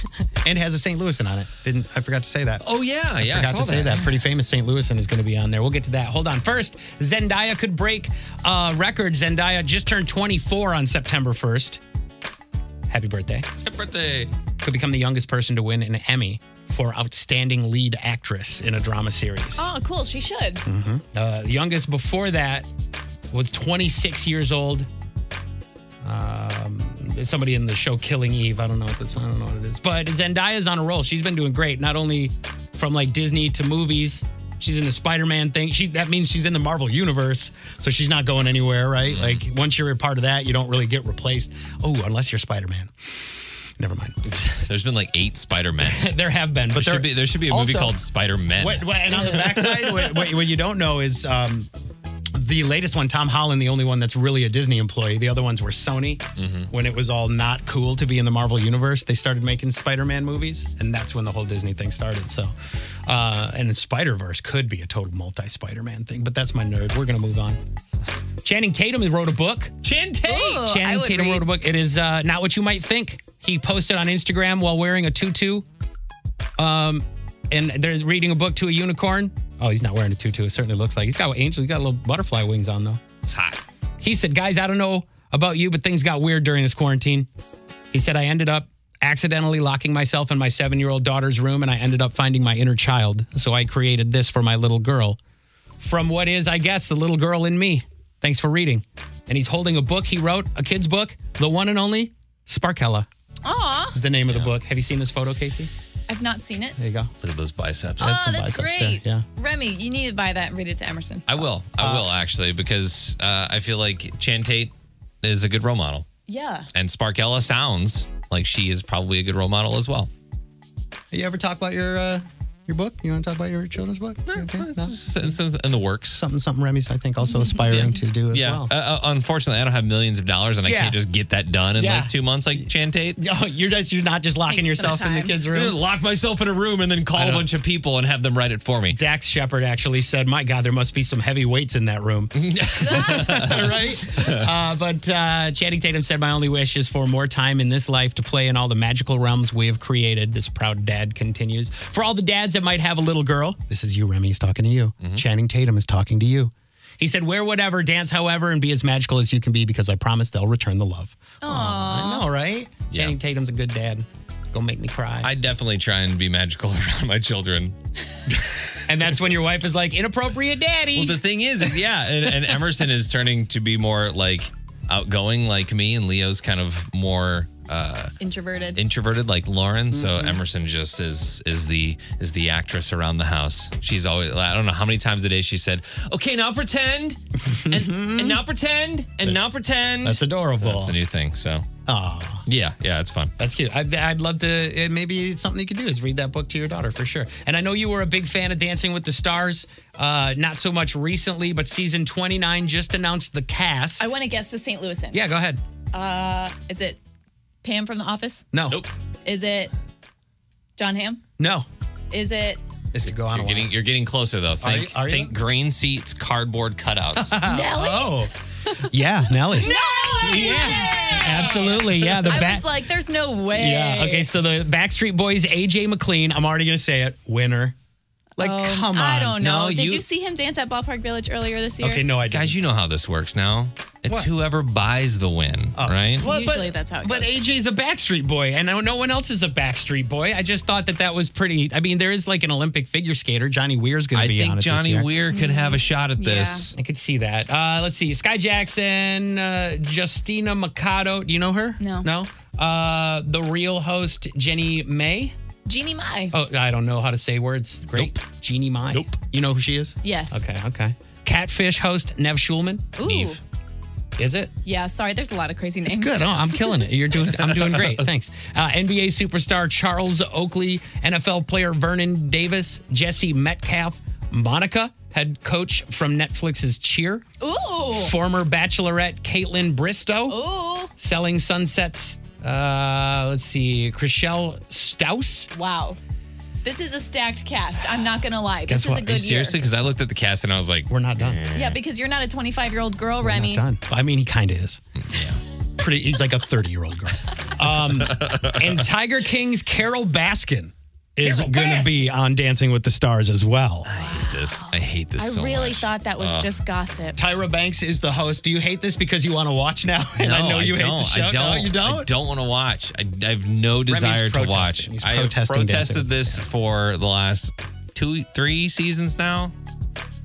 A: and has a St. Louisan on it. Didn't I forgot to say that?
D: Oh yeah, yeah. I
A: forgot
D: saw
A: to say that. Pretty famous St. Louisan is going to be on there. We'll get to that.
B: Hold on. First, Zendaya could break a record. Zendaya just turned 24 on September 1st. Happy birthday.
D: Happy birthday.
B: Could become the youngest person to win an Emmy for Outstanding Lead Actress in a Drama Series.
C: Oh, cool. She should.
B: Uh, the youngest before that was 26 years old. Um, there's somebody in the show Killing Eve. I don't know what this. I don't know what it is. But Zendaya's on a roll. She's been doing great. Not only from like Disney to movies. She's in the Spider-Man thing. She that means she's in the Marvel universe, so she's not going anywhere, right? Like once you're a part of that, you don't really get replaced. Oh, unless you're Spider-Man. Never mind.
D: There's been like eight Spider Men.
B: there have been, but there,
D: There should be there should be a
A: Also-
D: movie called Spider Men.
B: What, what, and on the backside.
A: backside. what, what, what you don't know is um, the latest one, Tom Holland, the only one that's really a Disney employee. The other ones were Sony. When it was all not cool to be in the Marvel universe, they started making Spider-Man movies, and that's when the whole Disney thing started. So, uh, and the Spider-Verse could be a total multi-Spider-Man thing, but that's my nerd. We're gonna move on.
B: Channing Tatum wrote a book. Chan Tate.
C: Ooh, I
B: Channing
C: would
B: Tatum
C: read.
B: wrote a book. It is uh, not what you might think. He posted on Instagram while wearing a tutu. Um, and they're reading a book to a unicorn. Oh, he's not wearing a tutu. It certainly looks like he's got angel. He's got little butterfly wings on though.
D: It's hot.
B: He said, "Guys, I don't know about you, but things got weird during this quarantine." He said, "I ended up." Accidentally locking myself in my seven year old daughter's room, and I ended up finding my inner child. So I created this for my little girl from what is, I guess, the little girl in me. Thanks for reading. And he's holding a book he wrote, a kid's book, the one and only Sparkella
C: Aw,
B: is the name of the book. Have you seen this photo, Casey?
C: I've not seen it.
B: There you go.
D: Look at those biceps.
C: Oh,
B: some
C: that's
B: biceps there,
C: great.
B: yeah.
C: Remy, you need to buy that and read it to Emerson.
D: I will. I will actually because uh, I feel like Chan Tate is a good role model,
C: Yeah.
D: and Sparkella sounds like she is probably a good role model as well.
A: You ever talk about your uh, your book? You want to talk about your children's book? Okay, no?
D: It's- it's in the works.
A: Something, something. Remy's, I think, also aspiring to do as
D: Yeah.
A: well.
D: Uh, uh, unfortunately, I don't have millions of dollars, and I
A: Yeah.
D: can't just get that done in
A: Yeah.
D: like two months, like Chan Tate.
A: Oh, you're just, you're not just locking
C: Takes some
A: yourself in the
C: time.
A: kids'
D: I'm
A: room.
D: gonna Lock myself in a room and then call a bunch of people and have them write it for me.
B: Dax Shepard actually said, My God, there must be some heavy weights in that room. right? Uh, but uh, Channing Tatum said, My only wish is for more time in this life to play in all the magical realms we have created. This proud dad continues. For all the dads that might have a little girl, this is you, Remy, he's talking to you.
D: Mm-hmm.
B: Channing Tatum is talking to you. He said, Wear whatever, dance however, and be as magical as you can be because I promise they'll return the love. Aww. I know, right?
D: Yeah.
B: Channing Tatum's a good dad. Go make me cry.
D: I definitely try and be magical around my children.
B: and that's when your wife is like, Inappropriate daddy.
D: Well, the thing is, is yeah, and, and Emerson is turning to be more like outgoing, like me, and Leo's kind of more uh,
C: Introverted.
D: introverted, like Lauren. So Emerson just is is the is the actress around the house. She's always I don't know how many times a day she said, "Okay, now pretend, and, and now pretend, and now pretend."
B: that's adorable.
D: Mm-hmm. That's the new thing. So
B: Aw.
D: yeah, yeah, it's fun.
B: Oh, That's cute. I'd, I'd love to. uh, Maybe it's something you could do is read that book to your daughter for sure. And I know you were a big fan of Dancing with the Stars, uh, not so much recently, but season 29 just announced the cast.
C: I want to guess the St. Louisan.
B: yeah, go ahead.
C: Is it Pam from The Office?
B: No.
D: Nope.
C: Is it John Hamm?
B: No.
C: Is it?
B: This could go on a
D: You're
B: while.
D: getting you're getting closer though. Think
B: you- are you?
D: think green seats, cardboard cutouts.
C: Nelly?
A: Oh, yeah, Nelly.
B: Uh, Yeah. Absolutely. Yeah. The
C: I
B: back.
C: was like, there's no way.
B: yeah. Okay. So the Backstreet Boys, AJ McLean. I'm already going to say it. Winner. Like,
C: Um,
B: come on.
C: I don't know.
D: No,
C: Did you,
D: you-
C: see him dance at Ballpark Village earlier this year?
B: Okay. No, I didn't.
D: Guys, you know how this works now. It's
A: What?
D: whoever buys the win,
I: Oh.
D: right?
C: Usually that's how it
B: but
C: goes.
B: AJ's a Backstreet Boy, and no no one else is a Backstreet Boy. I just thought that that was pretty. I mean, there is like an Olympic figure skater. Johnny Weir's going
D: I
B: to be on
D: think
B: it this
D: Johnny
B: year.
D: Weir could have a shot at
C: Yeah.
D: this.
B: I could see that. Uh, let's see. Sky Jackson, uh, Justina Mikado. Do you know her?
C: No.
B: No? Uh, the real host, Jenny May.
C: Jeannie Mai.
B: Oh, I don't know how to say words. Great. Jeannie Mai.
A: Nope.
B: You know who she is?
C: Yes.
B: Okay, okay. Catfish host, Nev Schulman.
C: Ooh.
D: Eve.
B: Is it?
C: Yeah. Sorry. There's a lot of crazy names.
B: Good. Oh, I'm killing it. You're doing. I'm doing great. Thanks. Uh, NBA superstar Charles Oakley, NFL player Vernon Davis, Jesse Metcalf, Monica, head coach from Netflix's Cheer,
C: Ooh.
B: former Bachelorette Caitlin Bristow,
C: Ooh.
B: Selling Sunsets. Uh, let's see, Chriselle Staus.
C: Wow. This is a stacked cast. I'm not gonna lie.
B: Guess
C: This is
B: what?
C: a
D: Are you
C: good year.
D: seriously? Because I looked at the cast and I was like,
B: We're not done.
C: Yeah, because you're not a 25 year old girl,
B: We're
C: Remy.
B: not done. I mean, he kind of is. Pretty. He's like a 30 year old girl. Um,
I: and Tiger King's Carol Baskin
B: is
I: Carol
B: going to be on Dancing with the Stars as well.
D: this. I hate this
C: I
D: so
C: really
D: much.
C: thought that was just gossip.
I: Tyra Banks is the host. Do you hate this because you want to watch now? And I know you hate the show.
D: I don't.
I: No, you don't.
D: I don't want to watch. I, I have no desire to
I: protesting.
D: watch.
I: He's
D: I have
I: protesting Dancing
D: protested
I: with
D: this for the last two, three seasons now.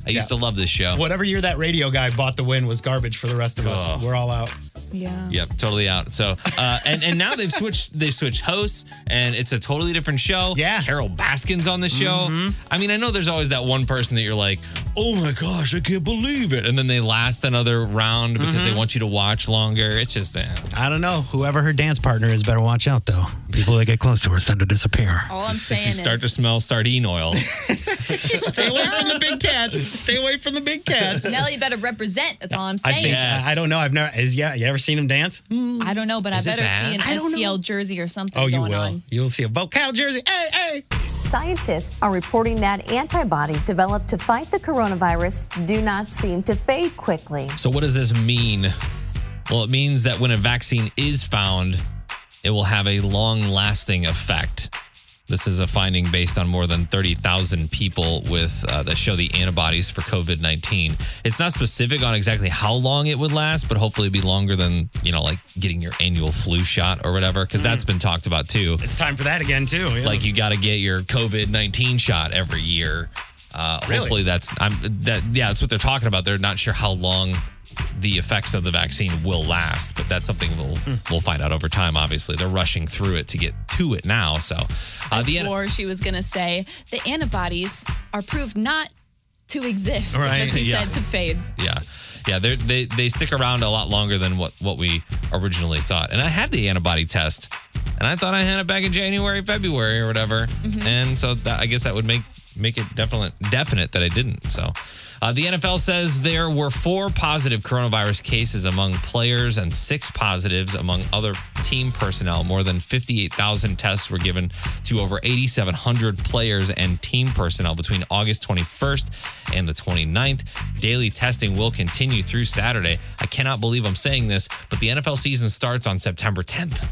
D: I used to love this show.
B: Whatever year that radio guy bought the win was garbage for the rest of us.
D: Ugh.
B: We're all out.
C: Yeah.
D: Yep, totally out. So, uh, and and now they've switched. They've switched hosts, and it's a totally different show.
B: Yeah.
D: Carol Baskin's on the show. I mean, I know there's always that one person that you're like, oh my gosh, I can't believe it, and then they last another round because they want you to watch longer. It's just eh, that.
B: I don't know. Whoever her dance partner is better watch out, though. People that get close to her tend to disappear.
C: All I'm
D: if
C: saying
D: you start to
C: is
D: smell sardine oil,
B: Stay away from the big cats. Stay away from the big cats.
C: Nelly better represent. That's all I'm
B: I
C: saying.
B: think
D: Yes.
B: I don't know. I've never is yeah. You ever seen him dance?
C: I don't know, but
D: Is it
C: I better
D: bad?
C: see an STL jersey or something
B: Oh, you
C: going
B: will.
C: on.
B: You'll see a vocal jersey. Hey, hey.
J: Scientists are reporting that antibodies developed to fight the coronavirus do not seem to fade quickly.
D: So, what does this mean? Well, it means that when a vaccine is found, it will have a long lasting effect. This is a finding based on more than 30,000 people with uh, that show the antibodies for COVID 19. It's not specific on exactly how long it would last, but hopefully it'd be longer than, you know, like getting your annual flu shot or whatever, because that's been talked about too.
B: It's time for that again too. yeah.
D: Like you got to get your COVID nineteen shot every year. Uh, Hopefully that's I'm that yeah that's what they're talking about. They're not sure how long the effects of the vaccine will last, but that's something we'll we'll find out over time. Obviously, they're rushing through it to get to it now. So uh, the
C: I swore she was going to say the antibodies are proved not to exist.
B: Right,
C: But she
D: yeah.
C: said to fade.
D: yeah yeah they're, they they stick around a lot longer than what what we originally thought. And I had the antibody test, and I thought I had it back in January, February, or whatever. And so that, I guess that would make make it definite definite that I didn't. So. Uh, the NFL says there were four positive coronavirus cases among players and six positives among other team personnel. More than 58,000 tests were given to over 8,700 players and team personnel between August 21st and the 29th. Daily testing will continue through Saturday. I cannot believe I'm saying this, but the NFL season starts on September 10th.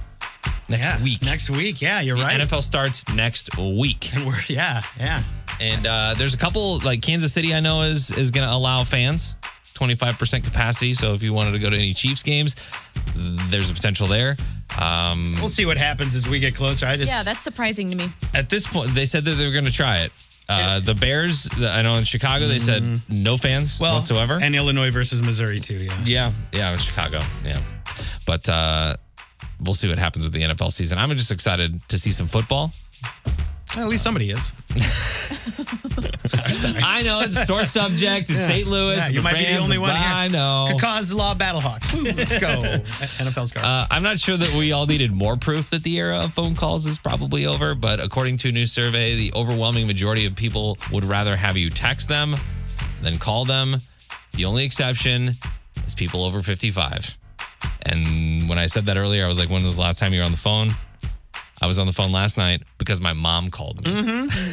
D: Next
B: Yeah,
D: week.
B: Next week. Yeah, you're right.
D: NFL starts next week.
B: And we're yeah, yeah.
D: And uh, there's a couple like Kansas City, I know is is going to allow fans 25% capacity. So if you wanted to go to any Chiefs games, there's a potential there. Um,
B: We'll see what happens as we get closer. I just
C: Yeah, that's surprising to me.
D: at this point, they said that they were going to try it. Uh, the Bears, the- I know in Chicago, they said no fans
B: Mm-hmm. well,
D: whatsoever.
B: And Illinois versus Missouri too. Yeah.
D: yeah, yeah, in Chicago, yeah. But uh, we'll see what happens with the NFL season. I'm just excited to see some football.
B: Well, at least somebody is.
D: I know it's a sore subject. It's St. Louis.
B: Yeah, you
D: the
B: might be the
D: Rams,
B: only
D: and
B: one here.
D: I know.
B: Could cause the law of Battlehawks. Woo, Let's go. NFL's garbage.
D: Uh, I'm not sure that we all needed more proof that the era of phone calls is probably over, but according to a new survey, the overwhelming majority of people would rather have you text them than call them. The only exception is people over 55. And when I said that earlier, I was like, when was the last time you were on the phone? I was on the phone last night because my mom called me.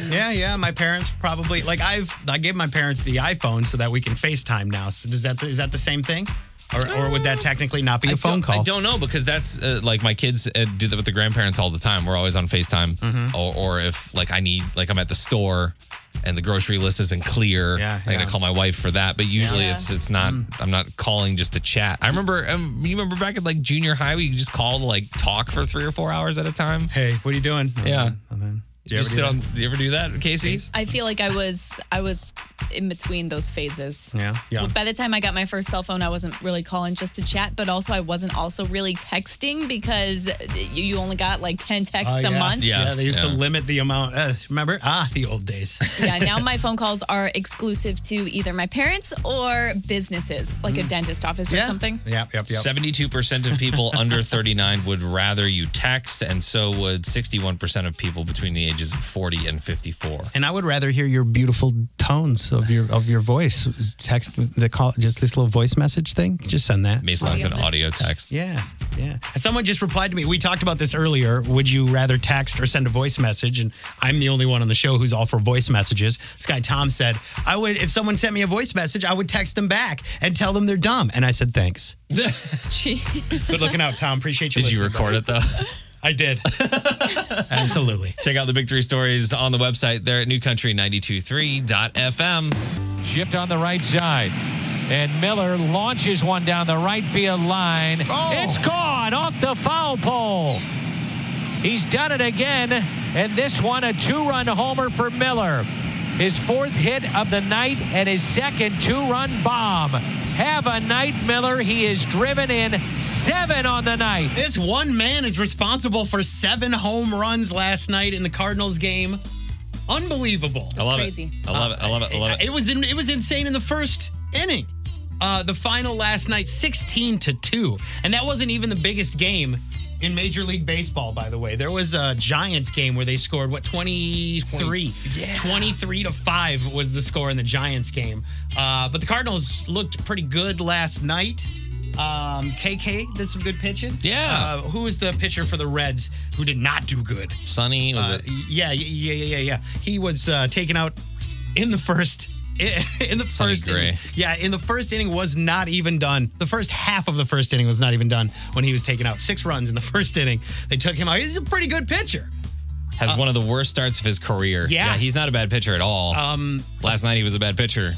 B: yeah, yeah. My parents probably like I've I gave my parents the iPhone so that we can FaceTime now. So does that is that the same thing? Or, or would that technically not be a
D: Uh, I
B: phone
D: don't-
B: call?
D: I don't know because that's uh, like my kids uh, do that with the grandparents all the time. We're always on FaceTime,
B: Mm-hmm.
D: or, or if like I need like I'm at the store and the grocery list isn't clear,
B: Yeah,
D: I gotta
B: yeah. Mm.
D: call my wife for that. But usually
C: Yeah.
D: it's it's not. I'm not calling just to chat. I remember um, you remember back in like junior high, we just call to like talk for three or four hours at a time.
B: Hey, what are you doing? And
D: Yeah.
B: then- And then, do you ever
D: just
B: do
D: sit
B: that?
D: on. Do you ever do that, Casey?
C: I feel like I was I was in between those phases.
B: Yeah, yeah.
C: Well, by the time I got my first cell phone, I wasn't really calling just to chat, but also I wasn't also really texting because you you only got like 10 texts
B: Oh,
C: a
B: yeah.
C: month.
D: Yeah,
B: Yeah, they used
D: yeah.
B: to limit the amount. Uh, remember? Ah, the old days.
C: yeah, now my phone calls are exclusive to either my parents or businesses, like
B: Mm.
C: a dentist office or something.
B: Yep, yep, yep.
D: 72% of people under 39 would rather you text, and so would 61% of people between the ages of 40 and 54.
B: And I would rather hear your beautiful tones of your of your voice. Text the call, just this little voice message thing. Just send that.
D: Maybe it's an audio text.
B: Yeah, yeah. Someone just replied to me. We talked about this earlier. Would you rather text or send a voice message? And I'm the only one on the show who's all for voice messages. This guy Tom said, "I would if someone sent me a voice message, I would text them back and tell them they're dumb." And I said, "Thanks." Good looking out, Tom. Appreciate you.
D: Did you
B: listening,
D: record it
B: buddy.
D: though?
B: I did. Absolutely.
D: Check out the big three stories on the website there at newcountry923.fm. Shift on the right side.
K: And Miller launches one down the right field line.
B: Oh.
K: It's gone off the foul pole. He's done it again, and this one a two run homer for Miller. His fourth hit of the night and his second two run bomb. Have a night, Miller. He is driven in seven on the night.
B: This one man is responsible for seven home runs last night in the Cardinals game. Unbelievable.
D: I love it. I love it. I love it. I love it.
B: It was in, it was insane in the first inning. Uh, the final last night, sixteen to two, and that wasn't even the biggest game in Major League Baseball. By the way, there was a Giants game where they scored what 23? 23 to five was the score in the Giants game. Uh, but the Cardinals looked pretty good last night. Um, KK did some good pitching.
D: Yeah.
B: Uh, who is the pitcher for the Reds who did not do good?
D: Sunny was
B: Uh,
D: it?
B: yeah, yeah, yeah, yeah, yeah. He was uh, taken out in the first. In the
D: Sonny
B: first
D: Gray.
B: inning, yeah, in the first inning was not even done. The first half of the first inning was not even done when he was taken out. Six runs in the first inning. They took him out. He's a pretty good pitcher.
D: Has one of the worst starts of his career.
B: uh, Yeah.
D: he's not a bad pitcher at all.
B: Um,
D: Last night he was a bad pitcher.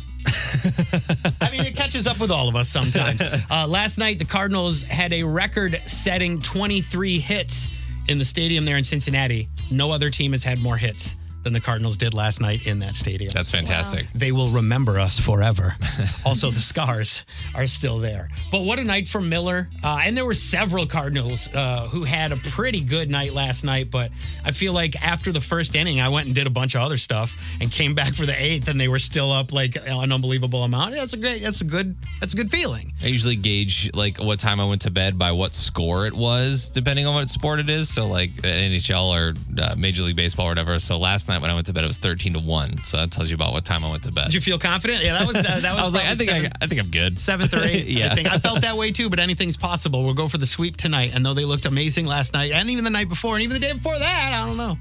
B: I mean, it catches up with all of us sometimes. Uh, last night, the Cardinals had a record setting 23 hits in the stadium there in Cincinnati. No other team has had more hits than the Cardinals did last night in that stadium.
D: That's fantastic.
B: they will remember us forever. also, the scars are still there. But what a night for Miller. Uh, and there were several Cardinals uh, who had a pretty good night last night. But I feel like after the first inning, I went and did a bunch of other stuff and came back for the eighth, and they were still up like an unbelievable amount. That's a great, that's a good, that's a good feeling.
D: I usually gauge like what time I went to bed by what score it was, depending on what sport it is. So like NHL or uh, Major League Baseball or whatever. So last night when I went to bed, it was thirteen to one. So that tells you about what time I went to bed.
B: Did you feel confident? Yeah, that was, uh, that was,
D: I was like,
B: probably
D: I think
B: seven-
D: I, I think I'm good.
B: seventh or eighth.
D: Yeah.
B: I, think. I felt that way too, but anything's possible. We'll go for the sweep tonight. And though they looked amazing last night, and even the night before, and even the day before that, I don't know.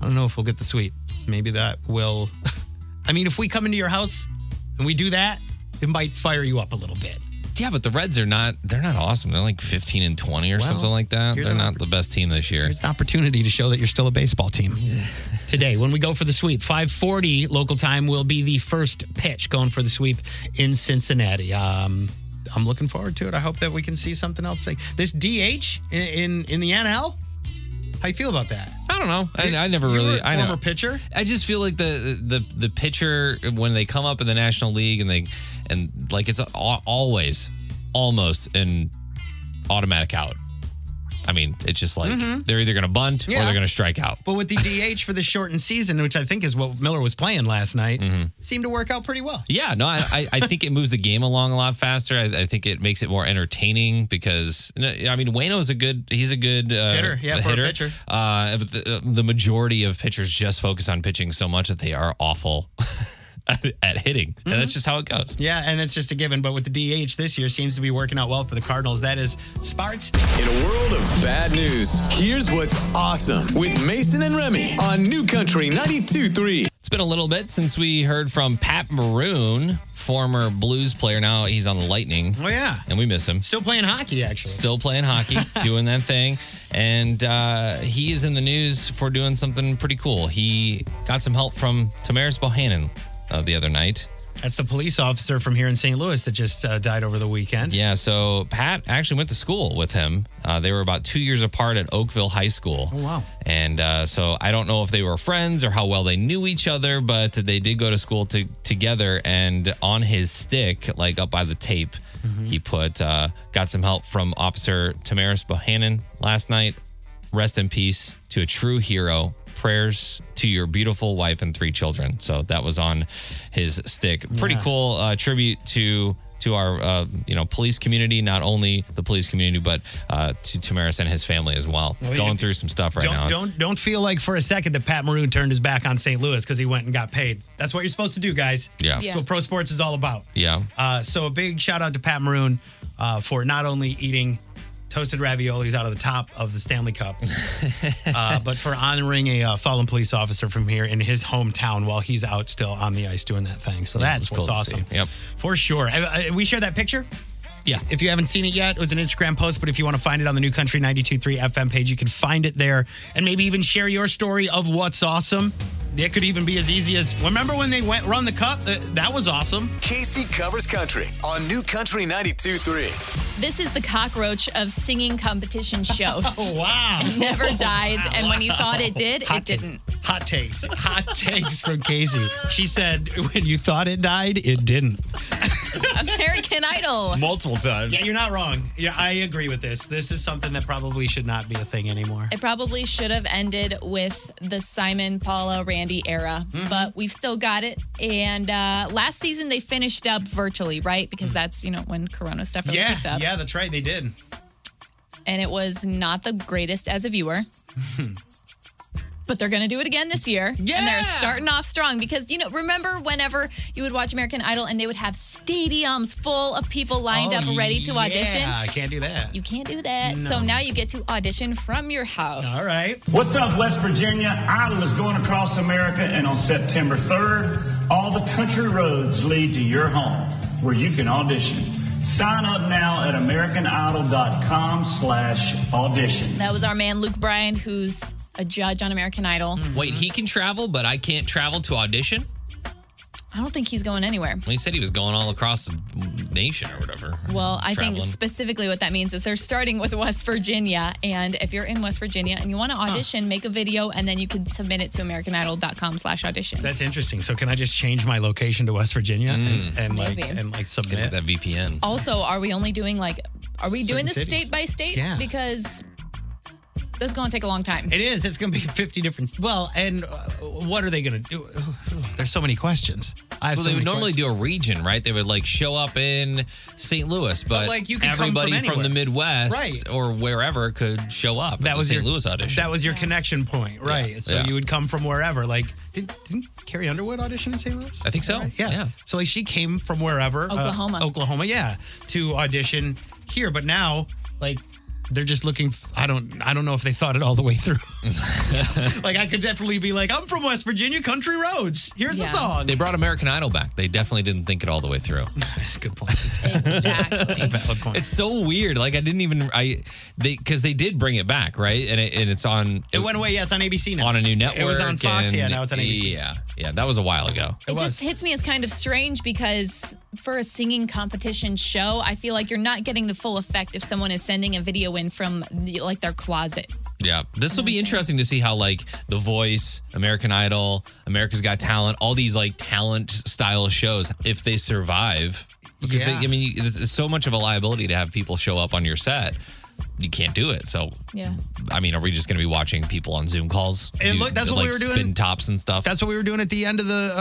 B: I don't know if we'll get the sweep. Maybe that will. I mean, if we come into your house and we do that, it might fire you up a little bit.
D: Yeah, but the Reds are not. They're not awesome. They're like fifteen and twenty or
B: Well,
D: something like that.
B: here's
D: They're
B: an
D: not the best team this year.
B: It's an opportunity to show that you're still a baseball team. Today, when we go for the sweep, 540 local time will be the first pitch going for the sweep in Cincinnati. Um, I'm looking forward to it. I hope that we can see something else. Like this DH in in, in the NL. How you feel about that?
D: I don't know. I, I never
B: You were
D: really.
B: a
D: I know.
B: former pitcher.
D: I just feel like the the the pitcher when they come up in the National League and they and like it's al- always almost an automatic out. I mean, it's just like they're either going to bunt or
B: Mm-hmm. Yeah.
D: they're going to strike out.
B: But with the DH for the shortened season, which I think is what Miller was playing last night,
D: Mm-hmm.
B: seemed to work out pretty well.
D: Yeah, no, I, I, I think it moves the game along a lot faster. I, I think it makes it more entertaining because no, I mean, Wayno's a good he's a good uh,
B: Hitter, yeah, for a
D: hitter.
B: pitcher.
D: Uh, but the, the majority of pitchers just focus on pitching so much that they are awful at, at hitting,
B: Mm-hmm.
D: and that's just how it goes.
B: Yeah, and it's just a given. But with the DH this year, seems to be working out well for the Cardinals. That is Sparks.
A: In a world of bad news, here's what's awesome with Mason and Remy on New Country 92.3.
D: It's been a little bit since we heard from Pat Maroon, former blues player. Now he's on the Lightning,
B: Oh yeah,
D: and we miss him.
B: still playing hockey actually.
D: Still playing hockey, doing that thing. And uh, he is in the news for doing something pretty cool. He got some help from Tamaris Bohannon uh, the other night.
B: That's the police officer from here in St. Louis that just uh, died over the weekend.
D: Yeah, so Pat actually went to school with him. Uh, they were about two years apart at Oakville High School.
B: Oh, wow.
D: And uh, so I don't know if they were friends or how well they knew each other, but they did go to school to, together. And on his stick, like up by the tape,
B: Mm-hmm.
D: he put uh, got some help from Officer Tamaris Bohannon last night. Rest in peace to a true hero. Prayers to your beautiful wife and three children. So that was on his stick. Pretty cool uh, tribute to to our uh, you know police community, not only the police community, but uh, to Tamaris and his family as well.
B: Well,
D: Going
B: you-
D: through some stuff right
B: don't,
D: now. It's-
B: Don't don't feel like for a second that Pat Maroon turned his back on St. Louis because he went and got paid. That's what you're supposed to do, guys.
D: Yeah.
B: That's
D: Yeah.
B: what pro sports is all about.
D: yeah.
B: Uh, so a big shout out to Pat Maroon uh, for not only eating toasted raviolis out of the top of the Stanley Cup, uh, but for honoring a uh, fallen police officer from here in his hometown while he's out still on the ice doing that thing. So
D: Yeah, it
B: that's
D: was
B: what's
D: cool to see.
B: awesome.
D: Yep.
B: For sure. I, I, we share that picture?
D: Yeah.
B: If you haven't seen it yet, it was an Instagram post, but if you want to find it on the New Country 92.3 FM page, you can find it there and maybe even share your story of what's awesome. It could even be as easy as remember when they went run the cup? Uh, That was awesome.
A: Casey covers country on New Country 92.3.
C: This is the cockroach of singing competition shows.
A: Oh, wow.
C: It never dies, and when you thought it did,
B: Hot
C: it didn't.
B: Hot takes. Hot takes from Casey. She said, when you thought it died, it didn't.
C: American Idol.
B: Multiple times. Yeah, you're not wrong. Yeah, I agree with this. This is something that probably should not be a thing anymore.
C: It probably should have ended with the Simon, Paula, Randy era,
B: Mm-hmm.
C: but we've still got it. And uh, last season they finished up virtually, right? Because that's you know when Corona stuff really
B: Mm. yeah,
C: picked up,
B: yeah, that's right. They did.
C: and it was not the greatest as a viewer. But they're going to do it again this year. And they're starting off strong because, you know, remember whenever you would watch American Idol and they would have stadiums full of people lined
B: Oh,
C: up ready to audition?
B: Yeah, I can't do that.
C: You can't do that.
B: No.
C: So now you get to audition from your house.
B: All right.
L: What's up, West Virginia? Idol is going across America, and on September 3rd, all the country roads lead to your home, where you can audition. Sign up now at AmericanIdol.com slash auditions.
C: That was our man Luke Bryan, who's a judge on American Idol.
B: Hmm.
D: Wait, he can travel, but I can't travel to audition.
C: I don't think he's going anywhere.
D: Well, he said he was going all across the nation or whatever.
C: Well, I think
D: Traveling.
C: specifically what that means is they're starting with West Virginia. And if you're in West Virginia and you want to audition, make a video and then you can submit it to AmericanIdol.com slash audition.
B: That's interesting. So can I just change my location to West Virginia and, and like
C: Maybe.
B: and like submit
D: Mm. that VPN?
C: Also, are we only doing like, are we
B: Certain
C: doing this
B: cities.
C: state by state?
B: Yeah.
C: Because this is going to take a long time.
B: It is. It's going to be 50 different. Well, and uh, what are they going to do? There's so many questions. I have
D: well,
B: so
D: they would
B: many
D: normally do a region, right? They would like show up in St. Louis, but,
B: like, you can come
D: everybody
B: from
D: the
B: anywhere.
D: Midwest
B: Right.
D: or wherever could show up. That was the St.
B: your-
D: Louis audition.
B: That was your connection point, right? So
D: Yeah.
B: you would come from wherever. Like, did, didn't Carrie Underwood audition in St. Louis?
D: I think
B: Is that
D: so.
B: right? Yeah. So like she came from wherever, uh,
C: Oklahoma.
B: Oklahoma, yeah, to audition here. But now, like, they're just looking. f- I don't. I don't know if they thought it all the way through. like, I could definitely be like, I'm from West Virginia, country roads. Here's the song.
D: They brought American Idol back. They definitely didn't think it all the way through.
B: That's a good point.
D: It's so weird. Like I didn't even I they because they did bring it back, right? And it, and it's on.
B: It went away. Yeah, it's on ABC now.
D: on a new network.
B: It was on Fox.
D: and-
B: yeah, now it's on ABC.
D: Yeah, yeah, that was a while ago.
C: It, just hits me as kind of strange because for a singing competition show, I feel like you're not getting the full effect if someone is sending a video in from the, like their closet.
D: Yeah, this will be interesting to see how like The Voice, American Idol, America's Got Talent, all these like talent style shows, if they survive, because
B: Yeah.
D: they, I mean, it's it's so much of a liability to have people show up on your set. You can't do it. So,
C: Yeah.
D: I mean, are we just going to be watching people on Zoom calls?
B: It looked- that's what we
D: like,
B: were doing.
D: Spin tops and stuff.
B: That's what we were doing at the end of the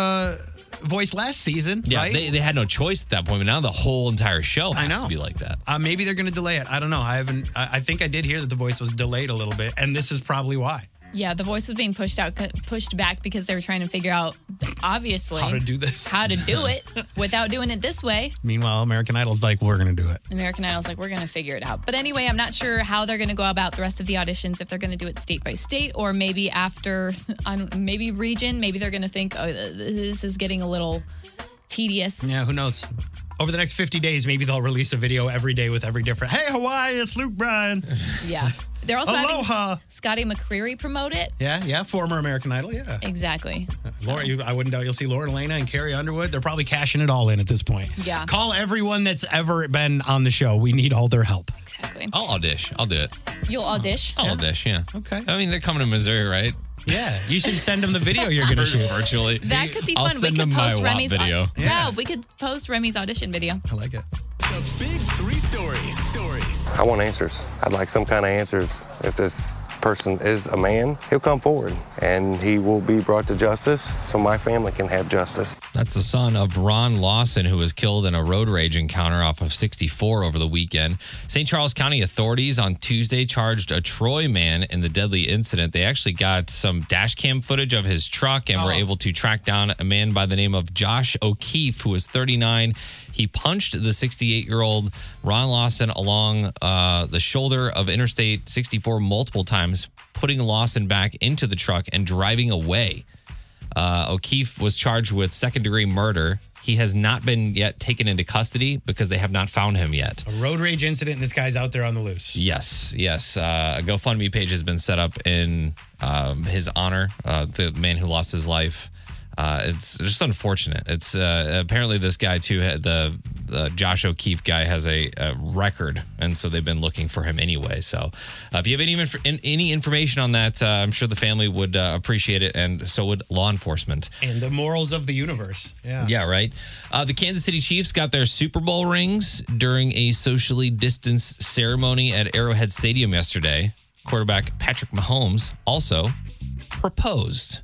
B: uh, voice last season.
D: yeah,
B: right?
D: they, they had no choice at that point, but now the whole entire show
B: I
D: has
B: know.
D: to be like that.
B: Uh, maybe they're going to delay it. I don't know. I haven't. I, I think I did hear that the voice was delayed a little bit, and this is probably why.
C: Yeah, the voice was being pushed out, pushed back because they were trying to figure out, obviously,
B: How to do this.
C: how to do it without doing it this way.
B: Meanwhile, American Idol's like, we're going to do it.
C: American Idol's like, we're going to figure it out. But anyway, I'm not sure how they're going to go about the rest of the auditions, if they're going to do it state by state or maybe after, I don't- maybe region. Maybe they're going to think, oh, this is getting a little tedious.
B: Yeah, who knows? Over the next 50 days, maybe they'll release a video every day with every different. Hey, Hawaii, it's Luke Bryan.
C: Yeah. They're also
B: Aloha.
C: having S- Scotty McCreery promote it.
B: yeah, yeah, former American Idol. Yeah.
C: Exactly.
B: Laura, you, I wouldn't doubt you'll see Lauren Elena and Carrie Underwood. They're probably cashing it all in at this point.
C: Yeah.
B: Call everyone that's ever been on the show. We need all their help.
C: Exactly.
D: I'll audition. I'll do it.
C: You'll audition.
D: Oh, I'll audition. Yeah.
B: Okay.
D: I mean, they're coming to Missouri, right?
B: Yeah. You should send them the video you're going to shoot.
D: virtually.
C: That could be fun.
D: I'll send
C: we could
D: them my
C: post
D: WAP
C: Remy's au-
D: video.
C: yeah, we could post Remy's audition video.
B: I like it.
A: The big three stories. Stories.
M: I want answers. I'd like some kind of answers. If this person is a man, he'll come forward and he will be brought to justice so my family can have justice.
D: That's the son of Ron Lawson, who was killed in a road rage encounter off of 64 over the weekend. St. Charles County authorities on Tuesday charged a Troy man in the deadly incident. They actually got some dash cam footage of his truck and were able to track down a man by the name of Josh O'Keefe, who was 39. He punched the 68 year old Ron Lawson along uh, the shoulder of Interstate 64 multiple times, putting Lawson back into the truck and driving away. Uh, O'Keefe was charged with second degree murder. He has not been yet taken into custody because they have not found him yet.
B: A road rage incident, and this guy's out there on the loose.
D: Yes, yes. Uh, a GoFundMe page has been set up in um, his honor, uh, the man who lost his life. Uh, it's just unfortunate. It's uh, apparently this guy too, had the, the Josh O'Keefe guy has a, a record, and so they've been looking for him anyway. So, uh, if you have any inf- in- any information on that, uh, I'm sure the family would uh, appreciate it, and so would law enforcement.
B: And the morals of the universe. Yeah.
D: Yeah, right. Uh, the Kansas City Chiefs got their Super Bowl rings during a socially distanced ceremony at Arrowhead Stadium yesterday. Quarterback Patrick Mahomes also proposed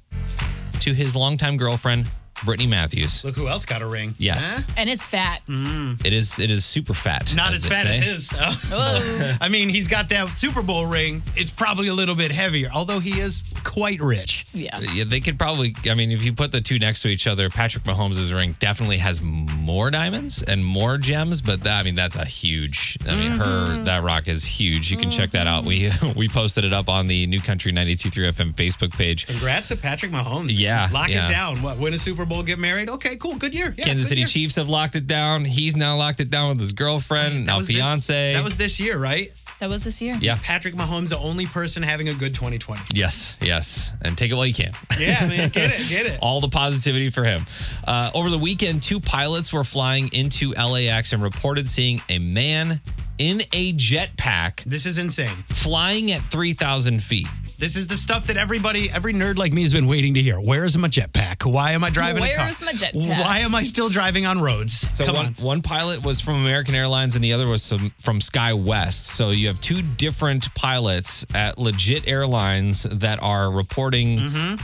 D: to his longtime girlfriend, Brittany Matthews.
B: Look who else got a ring.
D: Yes.
C: And it's fat.
B: Mm-hmm.
D: It is it is super fat.
B: Not as
D: they
B: fat
D: say.
B: as his. Oh. I mean, he's got that Super Bowl ring. It's probably a little bit heavier, although he is quite rich.
C: Yeah.
D: Yeah, they could probably. I mean, if you put the two next to each other, Patrick Mahomes' ring definitely has more diamonds and more gems. But that, I mean, that's a huge. I mean, her
B: Mm-hmm.
D: that rock is huge. You can check that out. We we posted it up on the New Country 923 FM Facebook page.
B: Congrats to Patrick Mahomes.
D: Yeah,
B: Lock
D: yeah.
B: it down. What? Win a Super Bowl, get married. Okay, cool. Good year. Yeah,
D: Kansas
B: good
D: City
B: year.
D: Chiefs have locked it down. He's now locked it down with his girlfriend, now
B: was this-
D: fiance.
B: That was this year, right?
C: That was this year.
D: Yeah.
B: Patrick Mahomes, the only person having a good 2020.
D: Yes, yes. And take it while you can.
B: Yeah, man. Get it. Get it.
D: All the positivity for him. Uh, over the weekend, two pilots were flying into LAX and reported seeing a man in a jetpack.
B: This is insane.
D: Flying at 3,000 feet.
B: This is the stuff that everybody, every nerd like me has been waiting to hear. Where is my jetpack? Why am I driving a car?
C: Where's my jetpack?
B: Why am I still driving on roads?
D: So
B: Come
D: one,
B: on.
D: one pilot was from American Airlines and the other was from, from SkyWest. So you have two different pilots at legit airlines that are reporting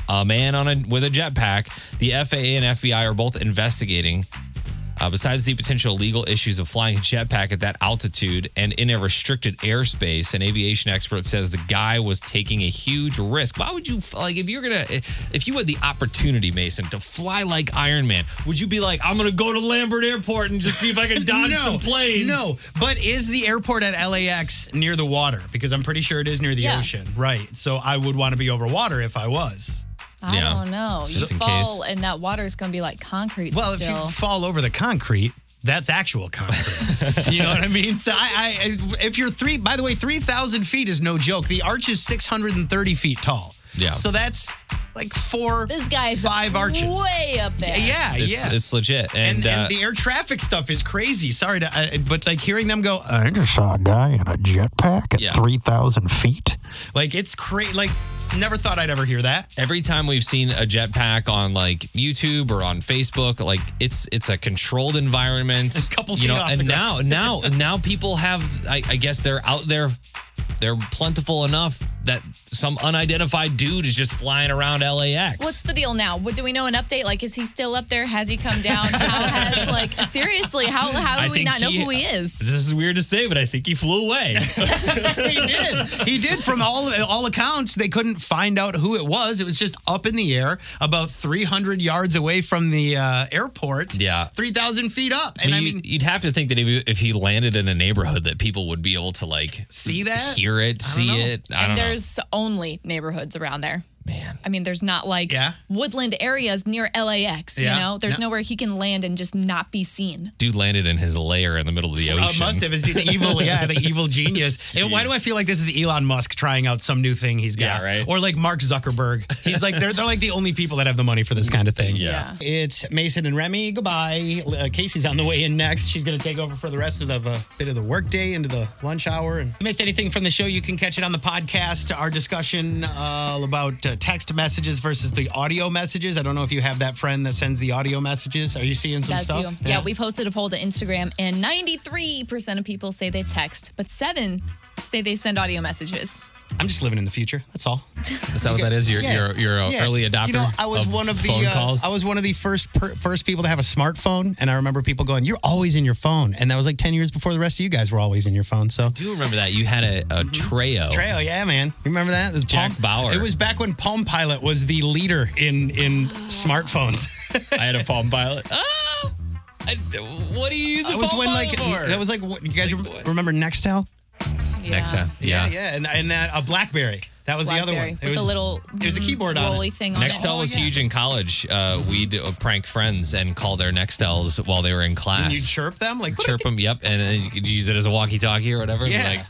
D: a man on a with a jetpack. The FAA and FBI are both investigating. Uh, besides the potential legal issues of flying a jetpack at that altitude and in a restricted airspace, an aviation expert says the guy was taking a huge risk. Why would you like if you're gonna eh, if you had the opportunity, Mason, to fly like Iron Man? Would you be like, I'm gonna go to Lambert Airport and just see if I can dodge
B: no,
D: some planes?
B: No, but is the airport at LAX near the water? Because I'm pretty sure it is near the
C: Yeah.
B: ocean, right? So I would want to be over water if I was.
C: I don't know. You
B: Just in
C: fall and that water is going to be like concrete
B: Well, if
C: still.
B: you fall over the concrete, that's actual concrete. you know what I mean? So, I, I, if you're three, by the way, 3,000 feet is no joke. The arch is 630 feet tall.
D: Yeah.
B: So that's like four,
C: this guy's
B: five arches.
C: way up there.
B: Yeah,
D: it's,
B: yeah.
D: it's legit. And,
B: and,
D: uh,
B: and the air traffic stuff is crazy. Sorry to, uh, but like hearing them go, I just saw a guy in a jetpack at
D: Yeah.
B: 3,000 feet. Like it's crazy. Like never thought I'd ever hear that.
D: every time we've seen a jetpack on like YouTube or on Facebook, like it's it's a controlled environment. A
B: couple
D: you
B: feet
D: know,
B: off
D: and
B: the
D: now
B: ground.
D: now now people have I, I guess they're out there they're plentiful enough that some unidentified dude is just flying around LAX.
C: What's the deal now? What do we know? An update? Like, is he still up there? Has he come down? How has like seriously? How how
D: I
C: do we
D: think
C: not know who he is?
D: This is weird to say, but I think he flew away.
B: he did. He did. From all all accounts, they couldn't find out who it was. It was just up in the air, about 300 yards away from the uh, airport.
D: Yeah.
B: 3,000 feet up. And I
D: you-
B: mean,
D: you'd have to think that if he, if he landed in a neighborhood, that people would be able to like
B: See that?
D: hear it, see it. I
C: and
D: don't know.
C: there's only neighborhoods around there. Man. I mean, there's not like woodland areas near LAX,
D: Yeah.
C: you know? There's
D: No.
C: nowhere he can land and just not be seen.
D: Dude landed in his lair in the middle of the
B: Uh,
D: ocean.
B: must have is the evil, yeah, the evil genius. And why do I feel like this is Elon Musk trying out some new thing he's got, right? Or like Mark Zuckerberg. He's like they're they're like the only people that have the money for this kind of thing.
D: Yeah.
B: It's Mason and Remy. Goodbye. Uh, Casey's on the way in next. She's going to take over for the rest of the uh, bit of the workday into the lunch hour. And missed anything from the show? You can catch it on the podcast. Our discussion uh, about uh, text messages versus the audio messages. I don't know if you have that friend that sends the audio messages. Are you seeing some
C: That's
B: stuff?
C: you. Yeah. we posted a poll to Instagram, and 93% of people say they text, but seven say they send audio messages.
B: I'm just living in the future. That's all.
D: Is that what that is? You're- you're- you're a uh, early adopter
B: You know, I was
D: of
B: one of the
D: phone
B: uh,
D: calls?
B: I was one of the first per, first people to have a smartphone, and I remember people going, "You're always in your phone," and that was like ten years before the rest of you guys were always in your phone. So
D: I do remember that. You had a, a
B: Mm-hmm.
D: Treo.
B: Trail, yeah, man. You remember that? It was
D: Jack
B: Palm-
D: Bauer.
B: It was back when Palm Pilot was the leader in in smartphones.
D: I had a Palm Pilot. Oh! what do you use a
B: That was
D: Palm
B: when like
D: Pilot for?
B: that was like what- you guys rem- remember Nextel?
D: Next time.
B: yeah, yeah, and and uh, a BlackBerry. That was the other
C: Blackberry
B: one.
C: with a little
B: It was a keyboard on it.
C: rolly thing on it.
B: Oh,
D: Nextel was huge in college. Uh, We'd uh, prank friends and call their Nextels while they were in class.
B: Mm-hmm. And you chirp them like
D: chirp them, yep, and then you could use it as a walkie-talkie or whatever.
B: Yeah.
D: Like,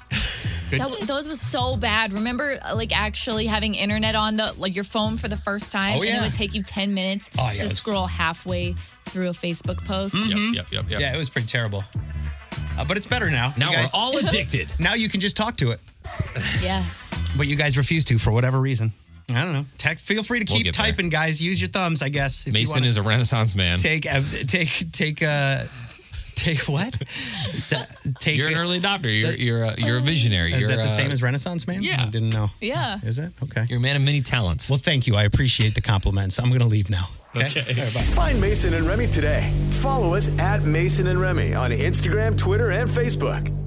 C: That, those was so bad. Remember, uh, like actually having internet on the like your phone for the first time,
B: Oh,
C: and
B: yeah.
C: it would take you ten minutes
B: Oh, yeah, it
C: to
B: was-
C: scroll halfway through a Facebook post.
D: Mm.
B: Mhm.
D: yep, yep.
B: Yeah, it was pretty terrible. Uh, but it's better now.
D: Now
B: You
D: we're all addicted.
B: now you can just talk to it.
C: Yeah.
B: But you guys refuse to for whatever reason. I don't know. Text. Feel free to
D: We'll
B: keep
D: get there.
B: typing, guys. Use your thumbs, I guess. if you
D: Mason
B: wanna
D: is a Renaissance man.
B: Take, uh, take, take, uh, take what? Th- take.
D: you're an early adopter. You're you're a, you're a visionary.
B: Is
D: you're
B: that the
D: uh,
B: same as Renaissance man? Yeah. I didn't know.
C: Yeah.
B: Is it? Okay.
D: You're a man of many talents.
B: Well, thank you. I appreciate the compliments. I'm going to leave now.
N: Okay. Find Mason and Remy today. Follow us at Mason and Remy on Instagram, Twitter, and Facebook.